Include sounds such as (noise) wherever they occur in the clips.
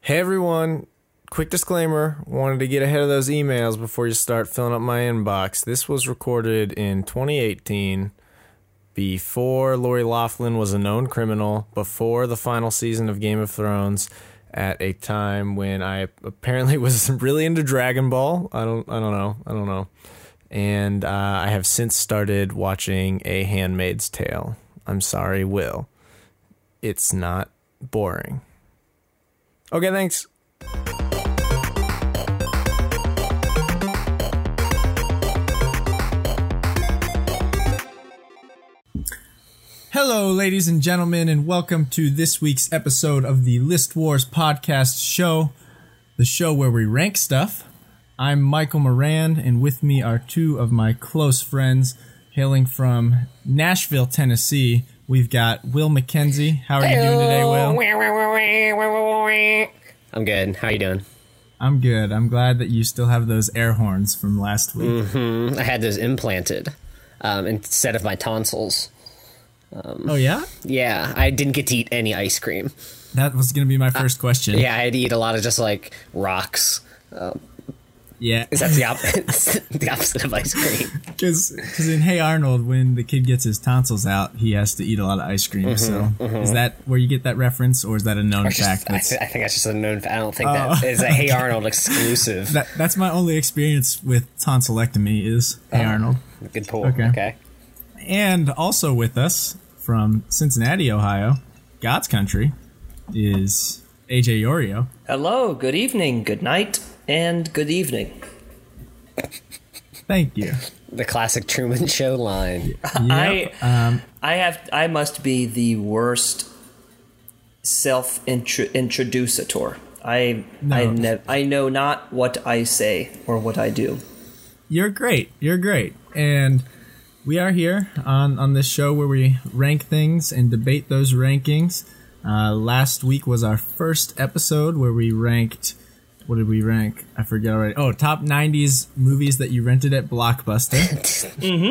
Hey everyone, quick disclaimer wanted to get ahead of those emails before you start filling up my inbox. This was recorded in 2018 before Lori Laughlin was a known criminal, before the final season of Game of Thrones, at a time when I apparently (laughs) was really into Dragon Ball. I don't I don't know. I don't know. And uh, I have since started watching A Handmaid's Tale. I'm sorry, Will. It's not boring. Okay, thanks. Hello, ladies and gentlemen, and welcome to this week's episode of the List Wars podcast show, the show where we rank stuff. I'm Michael Moran, and with me are two of my close friends hailing from Nashville, Tennessee. We've got Will McKenzie. How are you doing today, Will? I'm good. How you doing? I'm good. I'm glad that you still have those air horns from last week. Mm. I had those implanted um, instead of my tonsils. Oh, yeah? Yeah, I didn't get to eat any ice cream. That was going to be my first question. Uh, Yeah, I had to eat a lot of just like rocks. Yeah. Is that the opposite? (laughs) the opposite of ice cream. Because in Hey Arnold, when the kid gets his tonsils out, he has to eat a lot of ice cream. so is that where you get that reference, or is that a known It's fact? Mm-hmm, just- I, That's, th- I think that's just a known. fa- I don't think that is a Hey Arnold (laughs) exclusive. that, that's my only experience with tonsillectomy is Uh-huh. Hey Arnold. Good pull. Okay. Okay. And also with us from Cincinnati, Ohio, God's country, is AJ Yorio. Hello, good evening, good night, and good evening. Thank you. The classic Truman Show line. I um, I have I must be the worst self introducator. I I, No. ne- I know not what I say or what I do. you're great. You're great. And we are here on, on this show where we rank things and debate those rankings. Uh, last week was our first episode where we ranked. What did we rank? I forget already. Oh, top 90s movies that you rented at Blockbuster.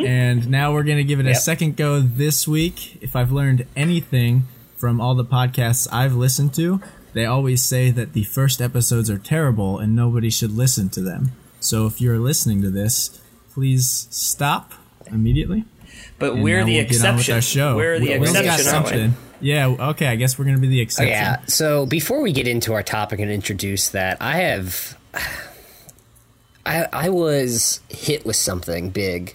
And now we're going to give it a Yep. second go this week. If I've learned anything from all the podcasts I've listened to, they always say that the first episodes are terrible and nobody should listen to them. So if you're listening to this, please stop immediately. But and we're now the we'll get on with exception. Our show. We're the We- we've got exception, aren't we? something. Yeah, okay, I guess we're going to be the exception. Yeah. So before we get into our topic and introduce that, I have, I I was hit with something big,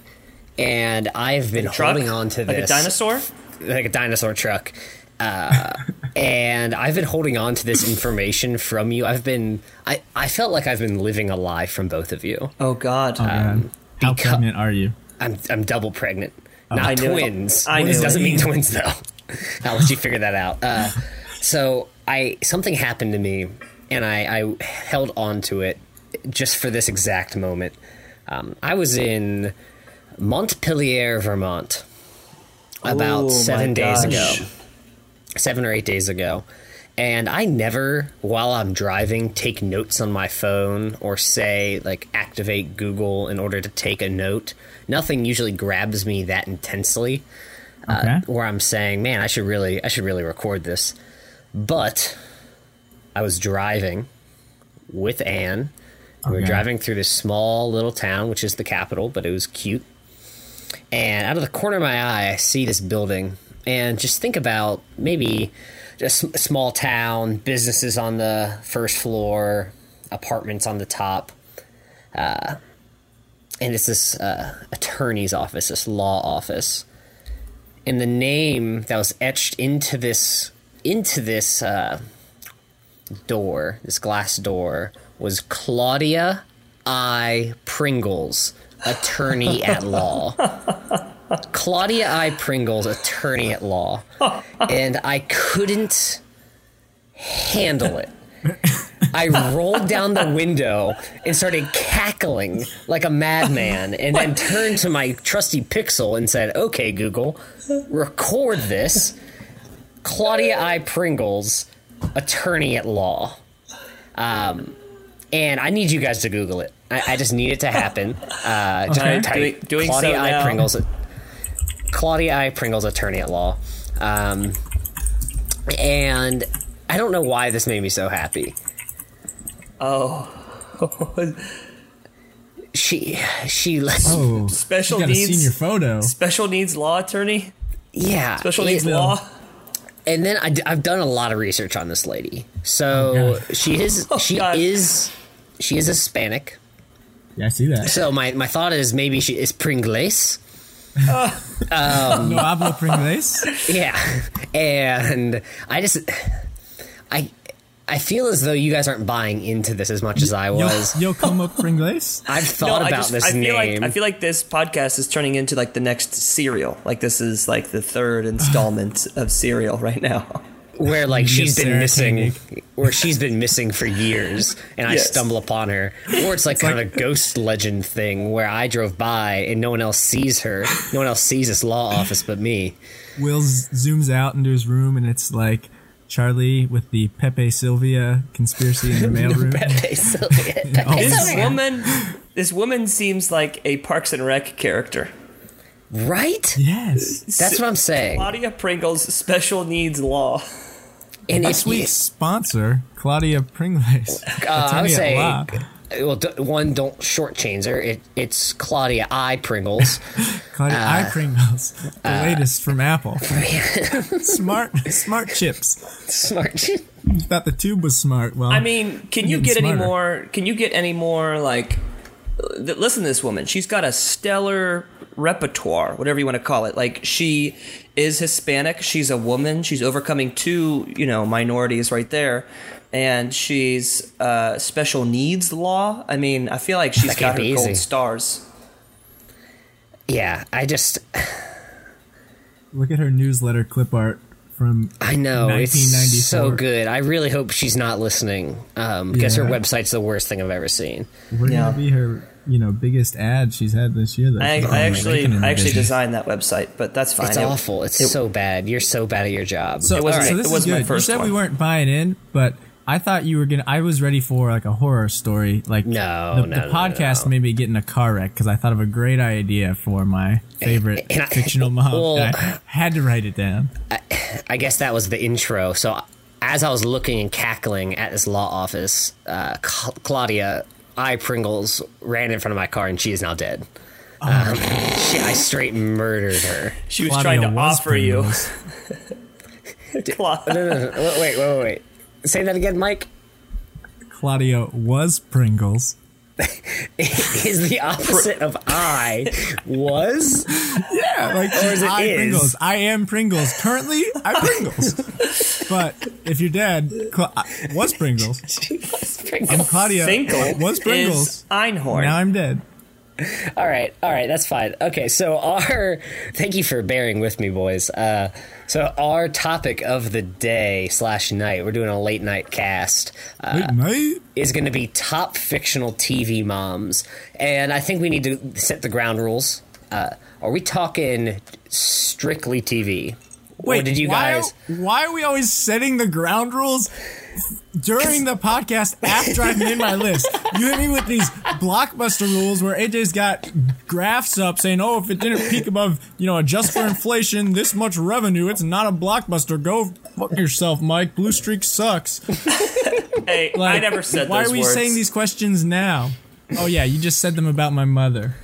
and I've been Truck, holding on to like this a dinosaur. like a dinosaur truck. Uh, (laughs) and I've been holding on to this information from you. I've been, I, I felt like I've been living a lie from both of you. Oh God. Um, How beca- pregnant are you? I'm, I'm double pregnant. Not Oh. I knew it. twins. I This knew it. doesn't mean twins though. (laughs) I'll let you figure that out. Uh, so I, something happened to me and I, I held on to it just for this exact moment. Um, I was in Montpelier, Vermont Oh, my about seven days ago gosh. seven or eight days ago. And I never, while I'm driving, take notes on my phone or say, like, activate Google in order to take a note. Nothing usually grabs me that intensely Uh, Okay. where I'm saying, man, I should really, I should really record this. But I was driving with Anne. We were Okay. driving through this small little town, which is the capital, but it was cute. And out of the corner of my eye, I see this building, and just think about maybe just a small town, businesses on the first floor, apartments on the top Uh, and it's this uh, attorney's office, this law office, and the name that was etched into this into this uh, door, this glass door, was Claudia I. Pringles, attorney at law. Claudia I. Pringles, attorney at law, and I couldn't handle it. I rolled down the window and started cackling like a madman, and then turned to my trusty Pixel and said, "Okay, Google, record this." Claudia I. Pringles, attorney at law, um, and I need you guys to Google it. I, I just need it to happen. Uh, just Okay. type Doing- doing so Claudia I. now. Pringles, Claudia I. Pringles, attorney at law. Um, and I don't know why this made me so happy. Oh. She she Oh, Special you got needs- a senior photo. (laughs) Special needs law attorney? yeah. Special it- needs law? and then I, have done a lot of research on this lady. So Oh, God. she (laughs) is she Oh, God. is she is Hispanic. Yeah, I see that. (laughs) So my, my thought is maybe she is Pringles. no hablo pringles. Yeah, (laughs) and I just I I feel as though you guys aren't buying into this as much as I Yo, was. yo como pringles. I've thought about No, I just, this I feel name. Like, I feel like this podcast is turning into like the next serial. Like this is like the (sighs) third installment of serial right now. where like she's been Sarah missing where she's been missing for years and I Yes. stumble upon her or it's like kind of a ghost legend thing where I drove by and no one else sees her no one else sees this law office but me Will z- zooms out into his room and it's like Charlie with the Pepe Sylvia conspiracy (laughs) in the mailroom. This Sylvia. (laughs) woman, this woman seems like a Parks and Rec character. right yes. that's what I'm saying Claudia Pringle's special needs law. and This if we week's sponsor, Claudia Pringles. uh, I Attorney at would say law. well d- one don't shortchange her it, it's Claudia I Pringles Claudia uh, I Pringles, the latest from Apple. (laughs) smart, smart chips. (laughs) smart You thought the tube was smart. Well, I mean, can you Getting get any smarter. more? Can you get any more like? th- Listen to this woman. She's got a stellar repertoire, whatever you want to call it. Like she is Hispanic. She's a woman. She's overcoming two, you know, minorities right there, and she's uh, special needs law. I mean, I feel like she's That got can't her be gold easy. stars. yeah I just look at her newsletter clip art from I know it's so 1994. good. I really hope she's not listening because her Yeah. website's the worst thing I've ever seen. We're Yeah. gonna be her, you know, biggest ad she's had this year. Though. I, She's I already actually, making her I actually business. designed that website, but that's fine. It's It- awful. It's it- so bad. You're so bad at your job. So, It wasn't- so it this is wasn't my good. first you said we one. weren't buying in, but I thought you were gonna. I was ready for like a horror story, like No, the, no, the no, no, podcast no. made me get in a car wreck because I thought of a great idea for my favorite and I- fictional mom. well- and I had to write it down. I guess that was the intro. So as I was looking and cackling at this law office, uh, Cla- Claudia I Pringles ran in front of my car, and she is now dead. Oh Um, she, I straight murdered her. She was Claudia trying to was offer you. (laughs) Pringles. Cla- No, no, no, Uh, wait, wait, wait, wait. Say that again, Mike. (laughs) Claudia was Pringles. Is the opposite of I (laughs) was? Yeah, like she's it I is. Pringles. I am Pringles. Currently, I Pringles. but if you're dead, Cla- I was Pringles. She was And Pringles. Claudia Finkel was Pringles. is Einhorn. Now I'm dead. All right, all right, that's fine. Okay, so our (laughs) thank you for bearing with me, boys. Uh, so our topic of the day slash night, we're doing a late night cast, uh, Wait, mate. is going to be top fictional TV moms, and I think we need to set the ground rules. Uh, are we talking strictly TV? or Wait, did you why, guys? Why are we always setting the ground rules during the podcast after I've made my list? You hit me with these blockbuster rules where AJ's got graphs up saying, "Oh, if it didn't peak above, you know, adjust for inflation, this much revenue, it's not a blockbuster. Go fuck yourself, Mike. Blue streak sucks." Hey, I Like, never said Why those are we words. saying these questions now? Oh yeah, you just said them about my mother.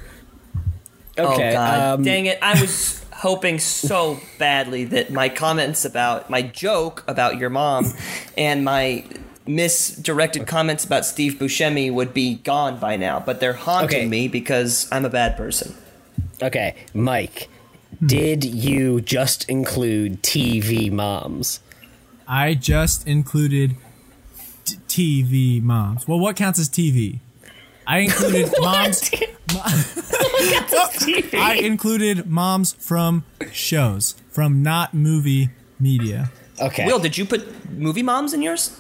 Okay, oh god, um, dang it! I was hoping so badly that my comments about my joke about your mom and my misdirected comments about Steve Buscemi would be gone by now, but they're haunting Okay. me because I'm a bad person. okay, Mike. Did you just include TV moms? I just included t- TV moms. Well, what counts as TV? I (laughs) included moms. (laughs) I included moms from shows, from not movie media. Okay. Will, did you put movie moms in yours?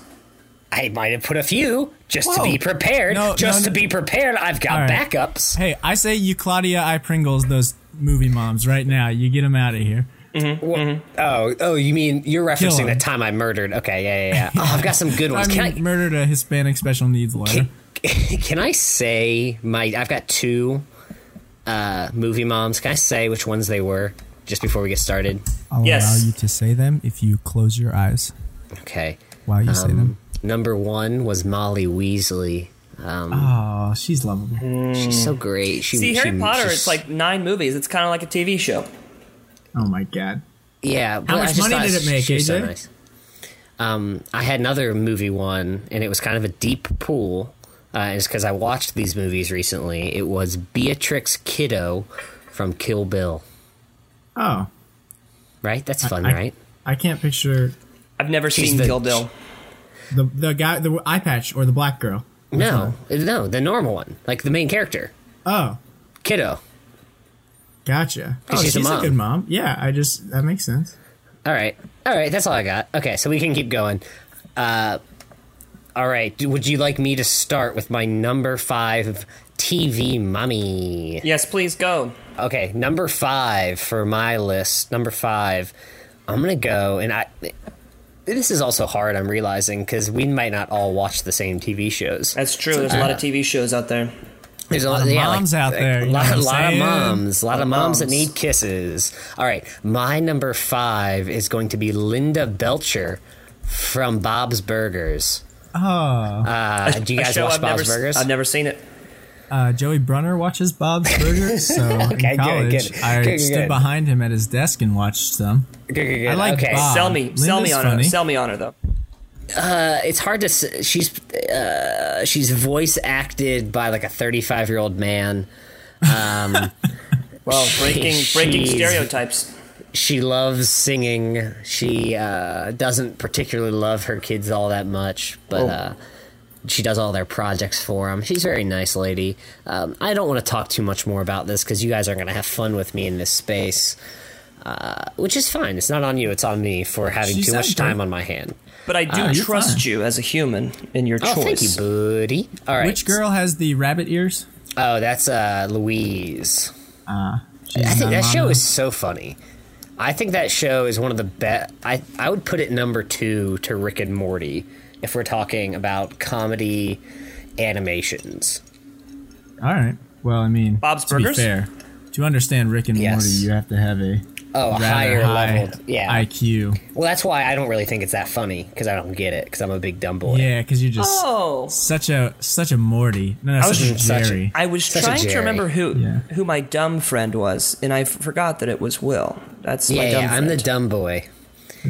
I might have put a few just Whoa. to be prepared. No, just no, to no. be prepared, I've got All right. backups. Hey, I say you Claudia I Pringles those movie moms right now. You get them out of here. Mm-hmm. Oh, oh, you mean you're Kill referencing 'em. the time I murdered? Okay, yeah, yeah, yeah. Oh, I've got some good (laughs) I ones. mean, can murdered a Hispanic special needs I? lawyer. Can, can I (laughs) say my? I've got two uh, movie moms. Can I say which ones they were just before we get started? I'll Yes. allow you to say them if you close your eyes Okay. Um, while you say them. Number one was Molly Weasley. Um, Oh, she's lovable. She's so great. She, Mm. See, Harry she- Potter, she's- it's like nine movies. It's kind of like a TV show. Oh my god. yeah. but I much just money thought did it she- make, she was so AJ? nice. Um, I had another movie one, and it was kind of a deep pool. Uh, it's because I watched these movies recently. It was Beatrix Kiddo from Kill Bill. Oh, Right? That's fun, I- right? I can't picture I've never She's seen the- Kill Bill. the the guy, the eye patch, or the black girl. No, uh, no, the normal one, like the main character, Oh, Kiddo. gotcha. Oh, 'Cause she's a mom. good mom. Yeah, I just that makes sense. All right, all right, that's all I got. Okay, so we can keep going. Uh, all right, d- would you like me to start with my number five TV mummy? Yes, please go. Okay, number five for my list. Number five, I'm gonna go, and I. This is also hard. I'm realizing because we might not all watch the same TV shows. That's true. There's a Uh, lot of TV shows out there. There's a lot, of yeah, moms out there, A you lot, know what I'm lot of saying? moms. A lot of moms that moms. need kisses. All right. My number five is going to be Linda Belcher from Bob's Burgers. Oh, (laughs) Uh, do you A guys show watch I've Bob's never, Burgers? I've never seen it. uh, Joey Brunner watches (laughs) Bob's Burgers, so good, in college good. I Good, good, stood good. behind him at his desk and watched some. Good, good, good. I like okay. Bob. Sell me, sell me Linda's on funny. her. Sell me on her though. Uh, It's hard to. s- She's uh, she's voice acted by like a 35 year old man. Well, breaking breaking She's- stereotypes. she loves singing. She uh, doesn't particularly love her kids all that much, but Oh. uh, she does all their projects for them. She's a very nice lady. Um, I don't want to talk too much more about this because you guys are going to have fun with me in this space, uh, which is fine. It's not on you, it's on me for having She too said much that. time on my hand. But I do Ah, you're trust fine. you as a human in your Oh, choice. thank you, buddy. All right. Which girl has the rabbit ears? Oh, that's uh, Louise. Ah, She's I think not that a show mom. is so funny. I think that show is one of the best. I I would put it number two to Rick and Morty if we're talking about comedy animations. All right. Well, I mean, Bob's to be Burgers? fair, to understand Rick and Yes. Morty, you have to have a Oh, a rather higher high level. Yeah. IQ. well, that's why I don't really think it's that funny because I don't get it because I'm a big dumb boy. Yeah, because you're just Oh, such a such a Morty. No, no, was such a just such a- Jerry. I was Such a trying to Jerry. remember who Yeah. who my dumb friend was, and I f- forgot that it was Will. That's yeah, my dumb yeah, I'm friend. the dumb boy.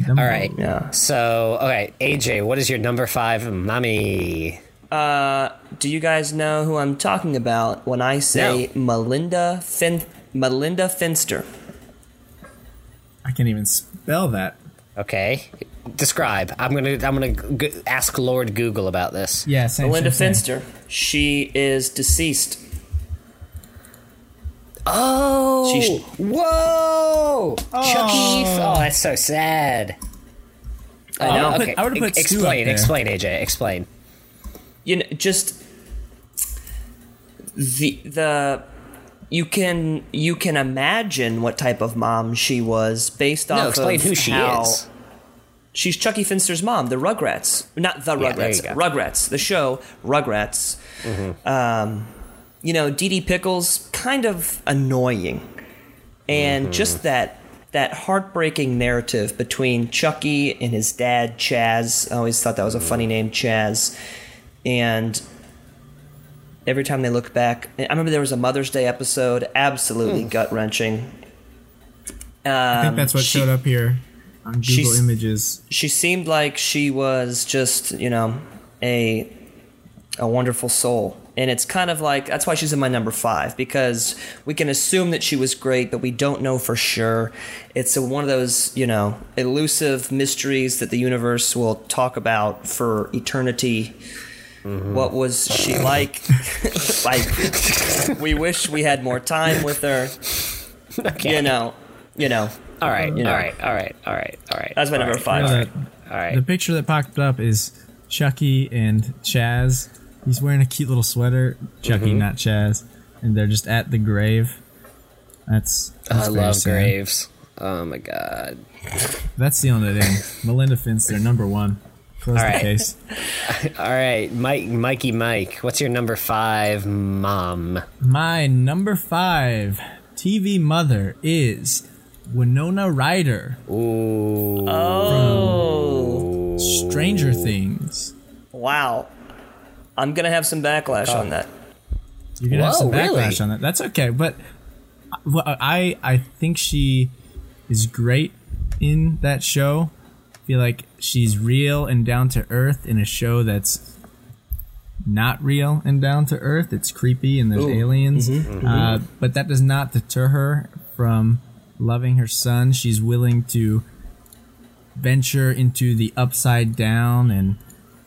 Dumb All right. Morty. Yeah. So, all right, AJ, what is your number five, mommy? Do you guys know who I'm talking about when I say Melinda fin- Melinda Finster? I can't even spell that. Okay, describe. I'm gonna I'm gonna g- g- ask Lord Google about this. Yeah, same, Melinda same, same. Finster. She is deceased. Oh, She's- whoa! Oh. Chucky. f- Oh, that's so sad. I know. would've put- okay. I would've put E- Stu up explain, there. explain, AJ, explain. you know, just the the you can you can imagine what type of mom she was based off No, explain of who she how- is. She's Chucky Finster's mom, the Rugrats, not the Yeah, there you Rugrats, go. Mm-hmm. Rugrats, the show Rugrats. Um, you know, Dee Dee Pickles, kind of annoying, and Mm-hmm. just that that heartbreaking narrative between Chucky and his dad Chaz. I always thought that was Mm-hmm. a funny name, Chaz, and every time they look back, I remember there was a Mother's Day episode, absolutely Hmm. gut wrenching. I think um, that's what she- showed up here on Google she's- Images. she seemed like she was just you know a a wonderful soul and it's kind of like that's why she's in my number five because we can assume that she was great but we don't know for sure it's a, one of those you know elusive mysteries that the universe will talk about for eternity Mm-hmm. what was she like (laughs) like we wish we had more time (laughs) with her you know you know All right, Mm. you know. all right, all right, all right, all right. that's my number five Look at that. All right. The picture that popped up is Chucky and Chaz. He's wearing a cute little sweater. Chucky, Mm-hmm. not Chaz. And they're just at the grave. That's, that's very I love sad. graves. Oh my god. That's sealing it (laughs) in. Melinda Finster, number one. Close All the right. case. All right, Mike, Mikey, Mike. What's your number five, mom? My number five TV mother is Winona Ryder. Uh, Ooh. Oh. Stranger Things. Wow. I'm gonna have some backlash Oh, on that. You're gonna have Whoa, some backlash really? on that. That's okay, but I- well, I I think she is great in that show. I feel like she's real and down to earth in a show that's not real and down to earth. It's creepy and there's aliens, Mm-hmm. Uh, but that does not deter her from loving her son. She's willing to venture into the upside down and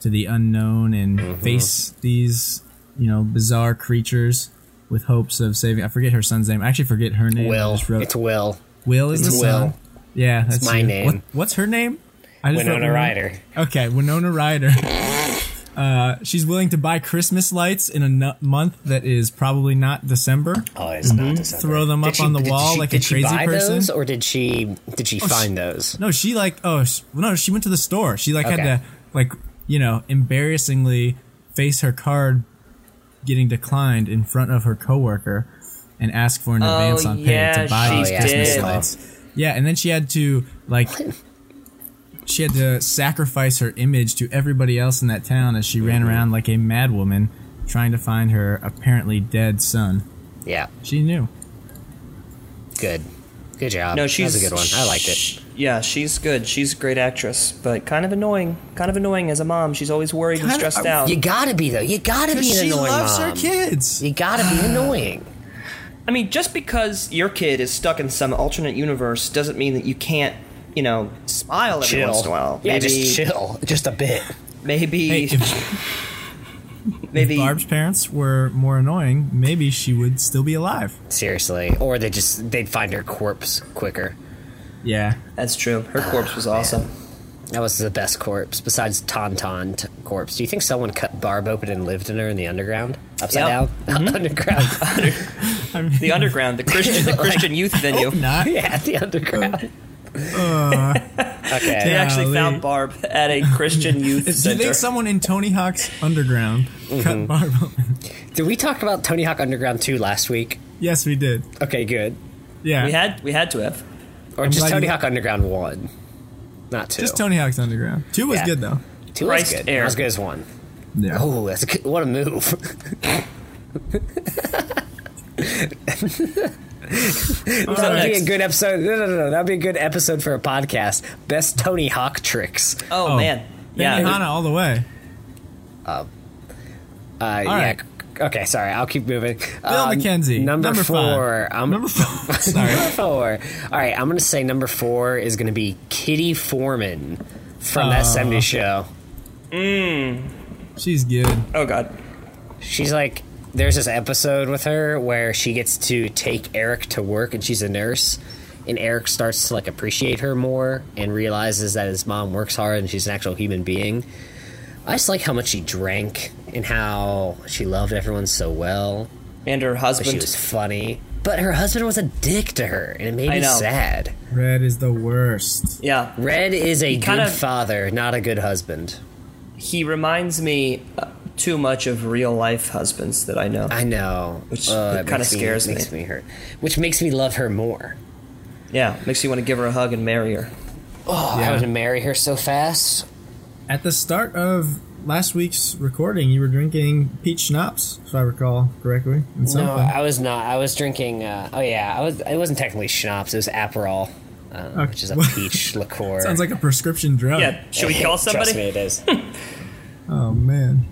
to the unknown and Mm-hmm. face these you know bizarre creatures with hopes of saving. I forget her son's name. I actually forget her name. I Will. just wrote- It's Will. Will is It's the Will. son. Yeah, that's my you. name. What, what's her name? I just wrote Winona Ryder. Okay, Winona Ryder. (laughs) Uh, she's willing to buy Christmas lights in a nu- month that is probably not December. Oh, it's not December. Mm-hmm. Throw them Did up on the did wall like a did she crazy buy person? Those, or did she? Did Oh, she find those? No, she like oh sh no, she went to the store. She like Okay. had to like you know embarrassingly face her card getting declined in front of her coworker and ask for an advance on pay yeah, to buy she these Christmas did. lights. Yeah, and then she had to like she had to sacrifice her image to everybody else in that town as she Mm-hmm. ran around like a madwoman trying to find her apparently dead son. Yeah. She knew. Good. Good job. No, she's that was a good one. I liked it. sh- Yeah, she's good. She's a great actress, but kind of annoying. Kind of annoying as a mom. She's always worried and Kind of- stressed uh, out. You gotta be though. You gotta be an She annoying loves mom. her kids. You gotta be annoying. I mean, just because your kid is stuck in some alternate universe doesn't mean that you can't, you know, smile every Chill. once in a while. Yeah, maybe, just chill, just a bit. Maybe, Hey, if- maybe. Barb's parents were more annoying, maybe she would still be alive. Seriously, or they just they'd find her corpse quicker. Yeah. That's true. Her corpse Oh, was awesome. That was the best corpse besides Tauntaun t- corpse. Do you think someone cut Barb open and lived in her in the underground, upside Yep. down, (laughs) underground? I mean, (laughs) The underground, the Christian, the Christian youth venue. oh, not. yeah, the underground. Uh, (laughs) They okay. actually Golly. found Barb at a (laughs) Christian youth Do you center. think someone in Tony Hawk's Underground cut Barb open? (laughs) Did we talk about Tony Hawk Underground 2 last week? Yes, we did. Okay, good. Yeah. we had we had to have. Or I'm just glad Tony you- Hawk Underground 1, not 2. Just Tony Hawk's Underground. Two was Yeah. good, though. 2 Christ is good. Air. Not as good as 1. Yeah. Oh, that's a good, what a move. (laughs) that would be a next? good episode. No, no, no, no. That would be a good episode for a podcast. Best Tony Hawk tricks. Oh, man, yeah. Hana all the way. Uh, yeah. right. Okay, sorry. I'll keep moving. Um, Bill McKenzie. Number, number four. Five. (laughs) I'm, number four. Sorry. (laughs) number four. All right, I'm going to say number four is going to be Kitty Foreman from that Oh, 70s show. She's good. oh god. She's like, there's this episode with her where she gets to take Eric to work and she's a nurse. And Eric starts to like appreciate her more and realizes that his mom works hard and she's an actual human being. I just like how much she drank and how she loved everyone so well. And her But she husband. was funny. But her husband was a dick to her and it made I me know. sad. Red is the worst. yeah, Red is a good kinda- father, not a good husband. he reminds me uh, too much of real life husbands that I know. I know. Uh, Which it kinda makes scares me. Makes me hurt. Which makes me love her more. yeah, makes you want to give her a hug and marry (laughs) her. Oh, I Yeah. would marry her so fast. At the start of last week's recording, you were drinking peach schnapps, if I recall correctly. and No, something. I was not. I was drinking. Uh, oh yeah, I was. It wasn't technically schnapps. It was Aperol, uh, which is a (laughs) peach liqueur. Sounds like a prescription drug. Yeah, should we call somebody? Trust me, it is. Oh man,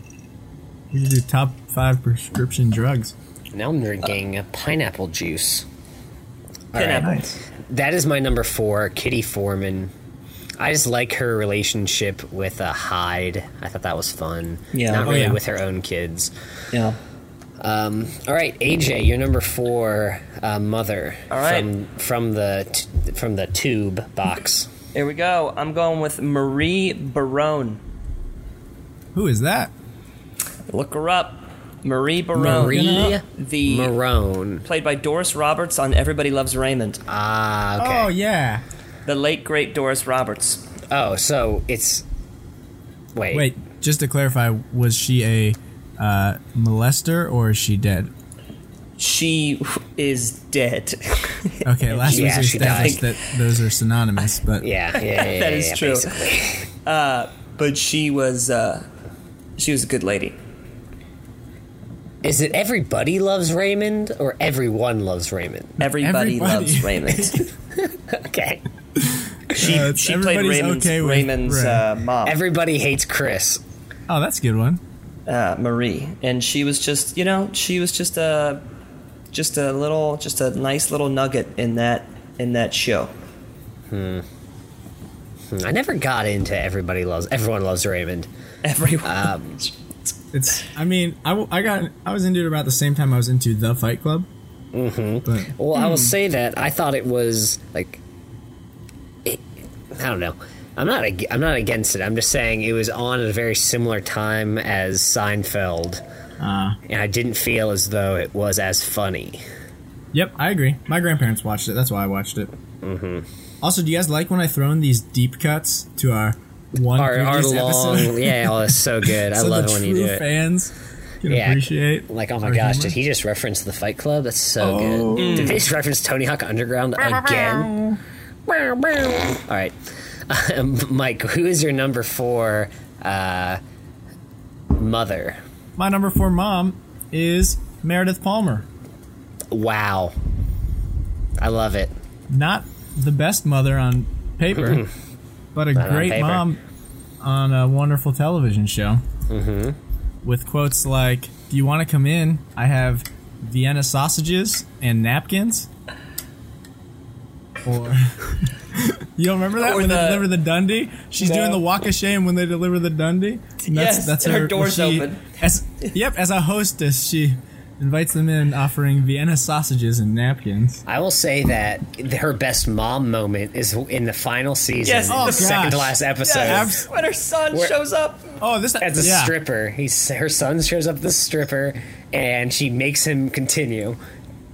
we should do top five prescription drugs. now I'm drinking uh, pineapple juice. All right. Pineapple. Nice. That is my number four, Kitty Foreman. I just like her relationship with uh, Hyde. I thought that was fun. Yeah. not Oh, really yeah. with her own kids. Um, Yeah. All right, AJ, your number four uh, mother All right. from from the t- from the tube box. Here we go. I'm going with Marie Barone. Who is that? Look her up. Marie Barone. Marie the Marone. played by Doris Roberts on Everybody Loves Raymond. Ah, okay. Oh yeah. The late great Doris Roberts. Oh, so it's. Wait. Wait, just to clarify, was she a uh, molester or is she dead? She (laughs) is dead. (laughs) Okay, last Yeah, week we she died. established that those are synonymous, but (laughs) Yeah, yeah, yeah, yeah, That is yeah, true. basically. but she was uh She was a good lady. Is it everybody loves Raymond or everyone loves Raymond? (laughs) Everybody, Everybody. (laughs) loves Raymond. Okay. (laughs) She Uh, she played everybody's Raymond's okay with Raymond's Ray. uh, mom. Everybody hates Chris. Oh, that's a good one. uh, Marie, and she was just you know she was just a just a little just a nice little nugget in that in that show. (laughs) I never got into everybody loves everyone loves Raymond. Everyone, Um, It's. I mean, I, w- I got I was into it about the same time I was into the Fight Club. Mm-hmm. well, I will say that I thought it was like it, I don't know. I'm not ag- I'm not against it. I'm just saying it was on at a very similar time as Seinfeld, But uh, and I didn't feel as though it was as funny. yep, I agree. My grandparents watched it. That's why I watched it. Mm-hmm. Also, do you guys like when I throw in these deep cuts to our one Our, our previous long, episode? yeah, oh, that's so (laughs) good. I so love the it when true you do it. fans can Yeah, appreciate. Like, oh my our gosh, humor. did he just reference the Fight Club? That's so Oh. good. Did they just reference Tony Hawk Underground again? All right. (laughs) Mike, who is your number four uh, mother? My number four mom is Meredith Palmer. Wow. I love it. Not the best mother on paper, Mm-hmm. but a on great paper. mom on a wonderful television show. Mm-hmm. With quotes like, Do you want to come in? I have Vienna sausages and napkins. Or. (laughs) You don't remember that Or when they the- deliver the Dundee? She's No. doing the walk of shame when they deliver the Dundee. And Yes, and her door's she- open. As, yep, as a hostess, she invites them in, offering Vienna sausages and napkins. I will say that her best mom moment is in the final season, Yes. Oh, the second gosh. to last episode. Yes. when her son Where- shows up, Oh, this As a yeah. stripper, he's her son shows up as a stripper, and she makes him continue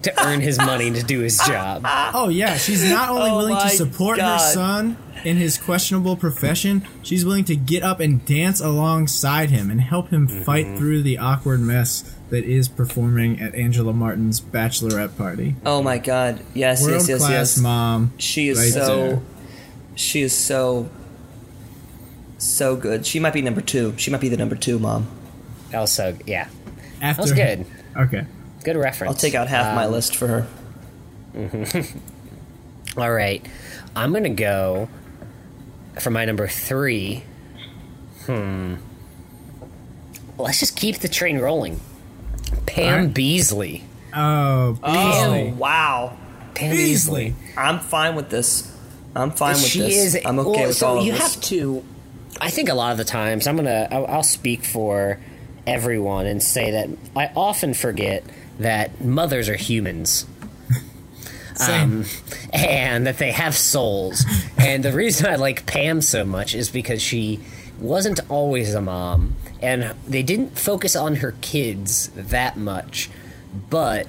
to earn his money to do his job. Oh yeah, she's not only Oh willing my to support her God. son in his questionable profession, she's willing to get up and dance alongside him and help him fight through the awkward mess that is performing at Angela Martin's bachelorette party. oh my god, yes, World yes, yes, class yes. mom. She is right so. there. She is so. So good. She might be number two. She might be the number two mom. Also, yeah, After that was good. Okay. Good reference. I'll take out half my list for her. All right, I'm gonna go for my number three. Hmm. Let's just keep the train rolling. Pam Alright. Beasley. Oh, Oh Beasley. wow, Pam Beasley. Beasley. I'm fine with this. I'm fine with she this. is. I'm okay well, with so all of you this. have to. I think a lot of the times I'm gonna. I'll, I'll speak for everyone and say that I often forget that mothers are humans. Um, and that they have souls. and the reason I like Pam so much is because she wasn't always a mom, and they didn't focus on her kids that much, but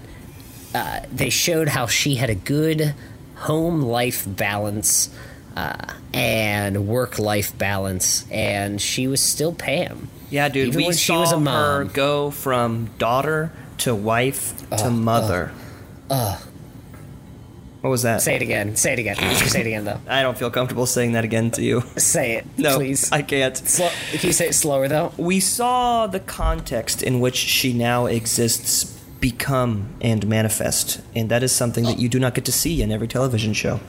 uh, they showed how she had a good home life balance uh, and work life balance, and she was still Pam. Yeah, dude. Even we when saw she was a her mom. Uh, go from daughter to wife to mother. what was that? Say it again. Say it again. Say it again, though. I don't feel comfortable saying that again (laughs) to you. Say it, No, please. I can't. Slow, can you say it slower, though? We saw the context in which she now exists become and manifest, and that is something Oh. that you do not get to see in every television show.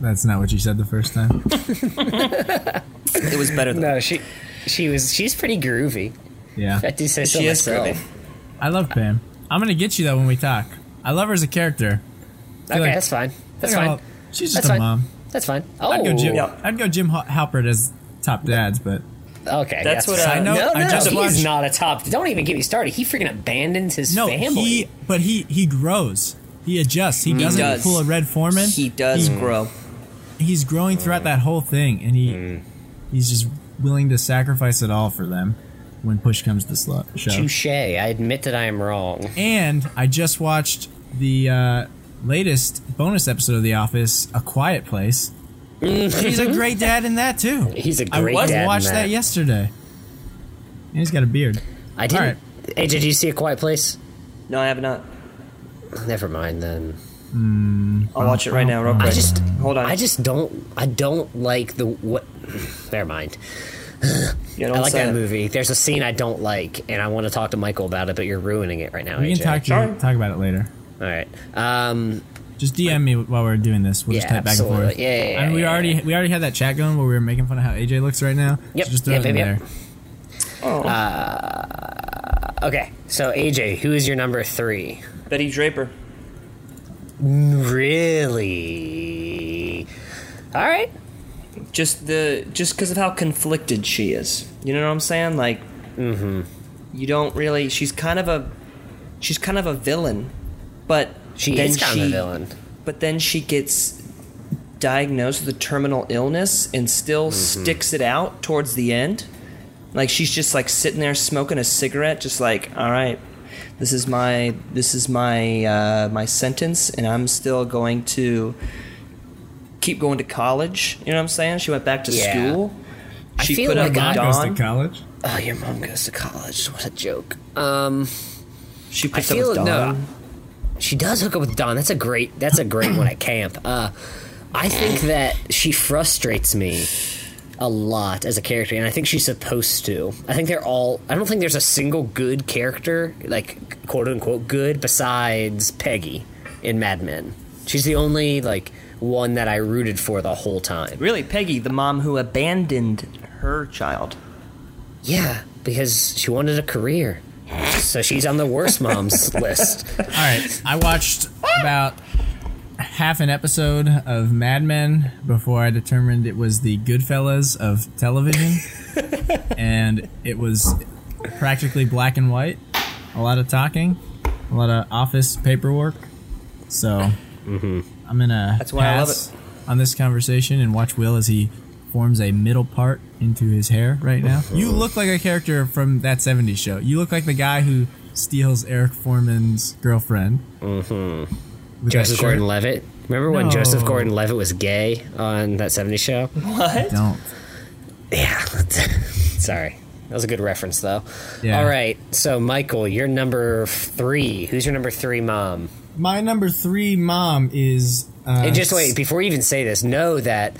That's not what you said the first time. It was better (laughs) than No, she she was she's pretty groovy. Yeah. (laughs) I do say so She is myself. groovy. I love Pam. I'm gonna get you though when we talk. I love her as a character. Okay, like- that's fine. That's Look at fine. all- She's just That's a fine. mom. That's fine. Oh, I'd go Jim. Yeah. I'd go Jim Hal- Halpert as top dads, but okay. That's what, fine. uh, I know- No, no, I just he's watched- not a top. Don't even get me started. He freaking abandons his no, family. he. But he he grows. He adjusts. He doesn't does. pull a red foreman. He does He- grow. he's growing throughout that whole thing, and he he's just willing to sacrifice it all for them when push comes to slu- shove. Touche. I admit that I am wrong. And I just watched the uh, latest bonus episode of The Office, A Quiet Place. He's a great dad in that too. Mm-hmm. He's a I great was- dad in watched that. that yesterday. And he's got a beard. I didn't. Alright. Hey, did you see a quiet place? No, I have not. Never mind then. Uh, I'll watch it right now, real quick. I just hold on. I just don't. I don't like the what. Never mind. You know what I I'm like that saying? movie. There's a scene I don't like, and I want to talk to Michael about it, but you're ruining it right now. We can AJ. talk to, Sorry. talk about it later. All right. Um, Just DM me while we're doing this. We'll just Yeah, type back and forth. absolutely. Yeah, yeah, yeah, and we yeah, already we already had that chat going where we were making fun of how AJ looks right now. Yep, So just throw yep, it in yep, there. yep. Oh. Uh, okay. So AJ, who is your number three? Betty Draper. Really? All right. Just the just because of how conflicted she is. You know what I'm saying? Like, mm-hmm. you don't really. She's kind of a she's kind of a villain, but She then is kind she, of a villain. But then she gets diagnosed with a terminal illness and still sticks it out towards the end. Like she's just like sitting there smoking a cigarette, just like, all right, this is my this is my uh, my sentence, and I'm still going to keep going to college. You know what I'm saying? She went back to Yeah. school. I She feel put like I- up Goes to with Don. college. Oh, your mom goes to college. What a joke. Um, She I puts up feel with no. Don. She does hook up with Don. That's a great. That's a great one at camp. Uh, I think that she frustrates me a lot as a character, and I think she's supposed to. I think they're all. I don't think there's a single good character, like quote unquote good, besides Peggy in Mad Men. She's the only like one that I rooted for the whole time. Really, Peggy, the mom who abandoned her child. Yeah, because she wanted a career. So she's on the worst moms (laughs) list. All right, I (laughs) watched about half an episode of Mad Men before I determined it was the Goodfellas of (laughs) television, and it was practically black and white. A lot of talking, a lot of office paperwork. So I'm gonna That's why I love pass on this conversation and watch Will as he forms a middle part into his hair right now. you look like a character from that '70s show. You look like the guy who steals Eric Foreman's girlfriend. Mm-hmm. Joseph Gordon Levitt. Remember when Joseph No. Gordon Levitt was gay on that 70s show? What? Don't. Yeah. (laughs) Sorry. That was a good reference, though. Yeah. All right. So, Michael, you're number three. Who's your number three mom? My number three mom is. Uh, And just wait, before you even say this, know that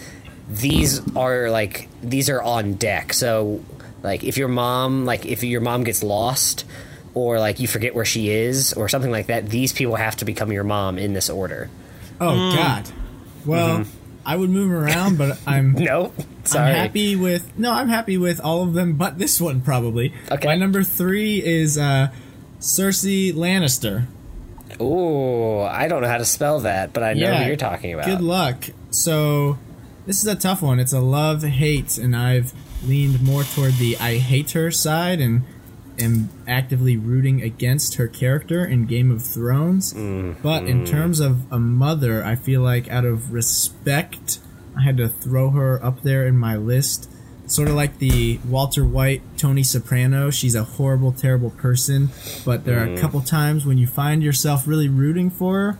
these are like these are on deck. So like if your mom like if your mom gets lost or like you forget where she is or something like that, these people have to become your mom in this order. Oh Mm. God. Well, I would move 'em around, (laughs) but I'm. Nope. Mm-hmm. Sorry. I'm happy with no. I'm happy with all of them, but this one probably. Okay. My number three is uh, Cersei Lannister. Ooh, I don't know how to spell that, but I know who you're talking about. Good luck. So, this is a tough one. It's a love hate, and I've leaned more toward the I hate her side and am actively rooting against her character in Game of Thrones. Mm-hmm. But in terms of a mother, I feel like out of respect, I had to throw her up there in my list. Sort of like the Walter White, Tony Soprano. She's a horrible, terrible person, but there Mm. are a couple times when you find yourself really rooting for her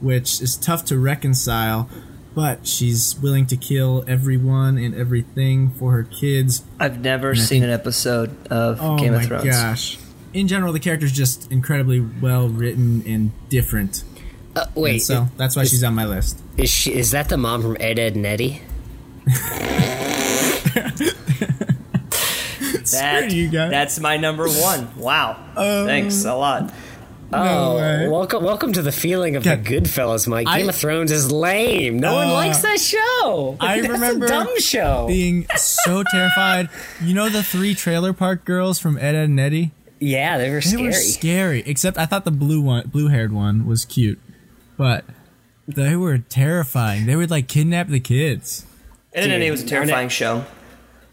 which is tough to reconcile, but she's willing to kill everyone and everything for her kids. I've never Mm-hmm. seen an episode of Oh Game my of Thrones. gosh. In general, the character's just incredibly well written and different. Uh, And wait, so that's why she's on my list. is she is that the mom from Ed Ed and Eddie? That, Screw you guys. Um, That's my number one. Wow. Thanks a lot. Oh, way. welcome, welcome to the feeling of God. the Goodfellas, Mike. I- Game of Thrones is lame. No one Uh, likes that show. I (laughs) That's remember a dumb show. Being so terrified. You know the three trailer park girls from Ed, Ed and Eddie? yeah, they were They scary. were scary. Except I thought the blue one, blue haired one, was cute, but they were terrifying. They would like kidnap the kids. And then it was a terrifying show.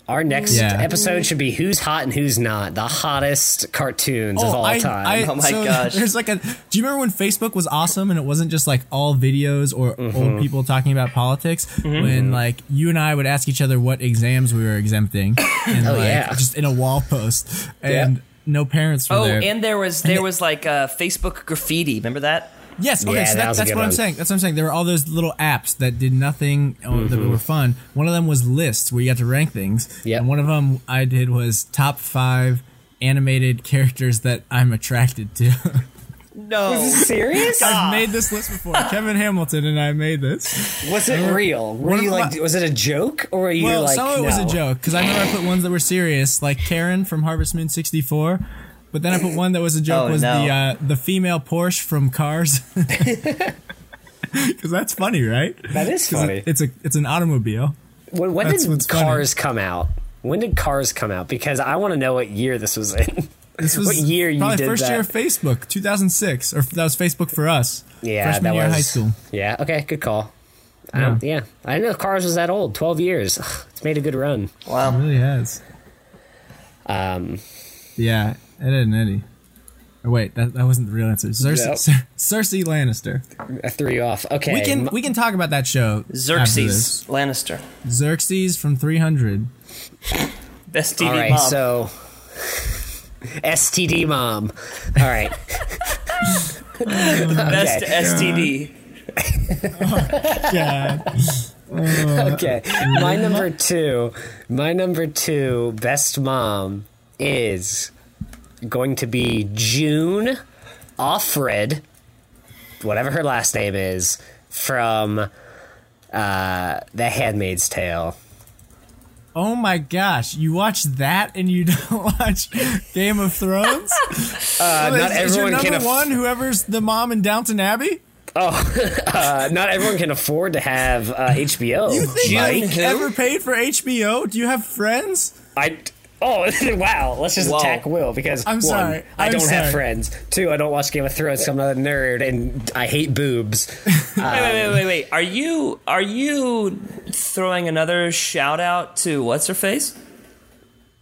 Our next Yeah. episode should be who's hot and who's not. The hottest cartoons of all time. (laughs) Oh my gosh. There's like a. Do you remember when Facebook was awesome and it wasn't just like all videos or Mm-hmm. old people talking about politics? When like you and I would ask each other what exams we were (coughs) exempting, and like Oh, yeah. just in a wall post, and no parents were Oh, there. and there was there was like uh, Facebook graffiti. Remember that? Yes. Okay. Yeah, so that that, was a that's good what I'm one. saying. That's what I'm saying. There were all those little apps that did nothing uh, that were fun. One of them was lists where you got to rank things. Mm-hmm. Yep. And one of them I did was top five animated characters that I'm attracted to. (laughs) No. Is this serious? I've made this list before. Kevin Hamilton and I made this. Was it real? Were of you like, my- was it a joke or were you Well, like, some of it was a no? joke because I remember I put ones that were serious, like Karen from Harvest Moon '64. But then I put one that was a joke Oh, was no. the uh, the female Porsche from (laughs) Cars. (laughs) Because that's funny, right? That is (laughs) 'Cause funny. it- it's a it's an automobile. when when That's did what's funny. Cars come out? When did Cars come out? Because I want to know what year this was in. (laughs) This was What year you probably did first that? year of Facebook, 2006, or f- that was Facebook for us. Yeah, freshman that year of was high school. Yeah. Okay. Good call. Yeah. Um, yeah. I didn't know Cars was that old. Twelve years. Ugh, it's made a good run. It wow. really has. Um, Yeah, Ed, Ed and Eddie. Or wait, that, that wasn't the real answer. Cersei, Nope. Cer- Cersei Lannister. I threw you off. Okay. We can m- we can talk about that show. after this. Xerxes Lannister. Xerxes from 300. Best TV all right. mom. So. (laughs) STD mom. All right. Best okay. STD. Yeah, Okay. My number two. My number two best mom is going to be June Offred, whatever her last name is, from uh, The Handmaid's Tale. (laughs) oh my gosh, you watch that and you (laughs) don't watch Game of Thrones? (laughs) Uh, is, not is your everyone number can. aff- one whoever's the mom in Downton Abbey? uh, not everyone can afford to have uh, HBO. You think Mike. I've ever paid for HBO? Do you have friends? I oh (laughs) wow, let's just Whoa. attack Will because I'm one, sorry. I I'm don't sorry. have friends. Two, I don't watch Game of Thrones. So I'm not a nerd, and I hate boobs. Uh, Wait, wait, wait, wait, wait. Are you are you throwing another shout out to what's her face?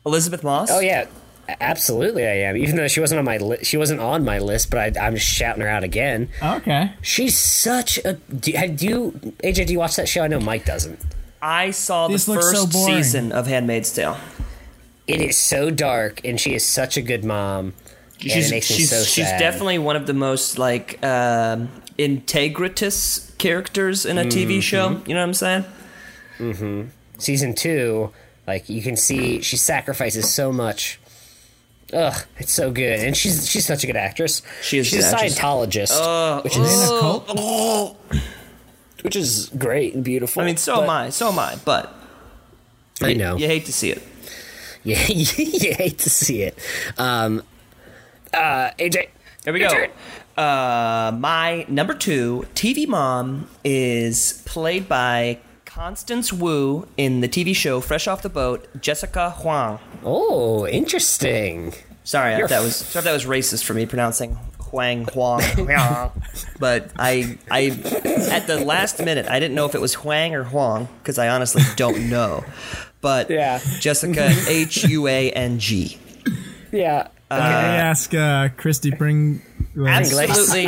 Elizabeth Moss. Oh yeah, a- absolutely I am. Even though she wasn't on my li- she wasn't on my list, but I, I'm just shouting her out again. Okay. She's such a. Do, have- do you AJ? Do you watch that show? I know Mike doesn't. I saw the This looks first so boring. season of Handmaid's Tale. It is so dark, and she is such a good mom. and she's it makes me she's, so she's sad. definitely one of the most like um, integritous characters in a Mm-hmm. TV show. You know what I'm saying? season two, like you can see she sacrifices so much. Ugh, it's so good, and she's she's such a good actress. She is She's good a actress. Uh, Scientologist, which is In a cult? which is great and beautiful. I mean, so but- Oh. am I. So am I. But I know. you hate to see it. (laughs) Yeah, you hate to see it. Um, uh, AJ, There we go. Uh, my number two TV mom is played by Constance Wu in the TV show Fresh Off the Boat, Jessica Huang. Oh, interesting. Sorry, You're if that f- was sorry if that was racist for me pronouncing Huang (laughs) Huang. Huang. but I I at the last minute I didn't know if it was Huang or Huang because I honestly don't know. But Yeah. (laughs) Jessica H U A N G. Yeah. I ask uh, Christy Pring. Absolutely.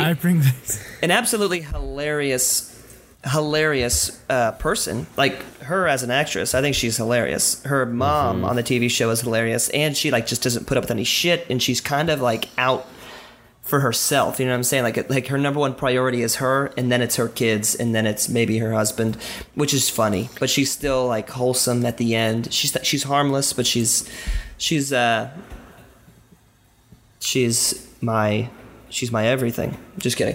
(laughs) I bring. an absolutely hilarious hilarious uh, person like her as an actress i think she's hilarious her mom on the tv show is hilarious and she like just doesn't put up with any shit and she's kind of like out for herself you know what i'm saying like it- like her number one priority is her and then it's her kids and then it's maybe her husband which is funny but she's still like wholesome at the end she's she's harmless but she's she's uh she's my she's my everything just kidding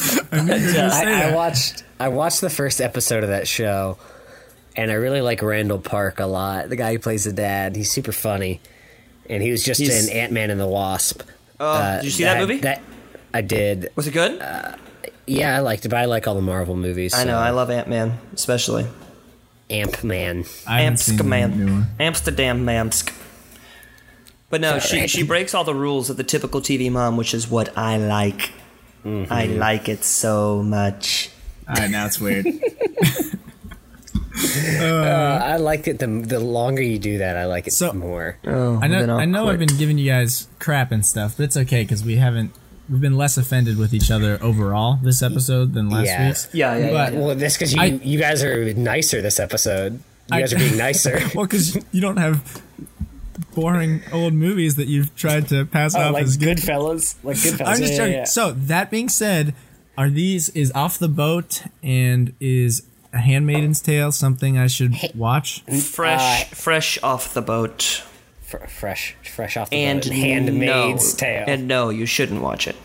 I, I that. watched I watched the first episode of that show, and I really like Randall Park a lot. The guy who plays the dad, he's super funny, and he was just He's- in Ant Man and the Wasp. Oh, Uh, did you see that movie? That I did. was it good Yeah, I liked it, but I like all the Marvel movies. I know. I love Ant Man, especially Ant Man. Uh, I haven't seen Amsk the new Man, one. Amsterdam Mamsk. But no, (laughs) she she breaks all the rules of the typical TV mom, which is what I like. I like it so much. All right, now it's weird. Uh, I liked it. The the longer you do that, I like it So- more. Oh, I Moving know. on I know. I've quick. been giving you guys crap and stuff, but it's okay because we haven't. We've been less offended with each other overall this episode than last Yeah. week's. Yeah, yeah, yeah, But- Uh, well, that's because you I- you guys are nicer this episode. You I- guys are (laughs) being nicer. Well, because you don't have boring old movies that you've tried to Oh, pass (laughs) Uh, off as good. Goodfellas, like Goodfellas. I'm just yeah, joking. yeah, yeah. So that being said, are these is off the boat and is a Uh, Handmaiden's Tale something I should watch? Fresh, fresh off the boat. fr- fresh, fresh off the And boat. Handmaid's no, Tale. And no, you shouldn't watch it.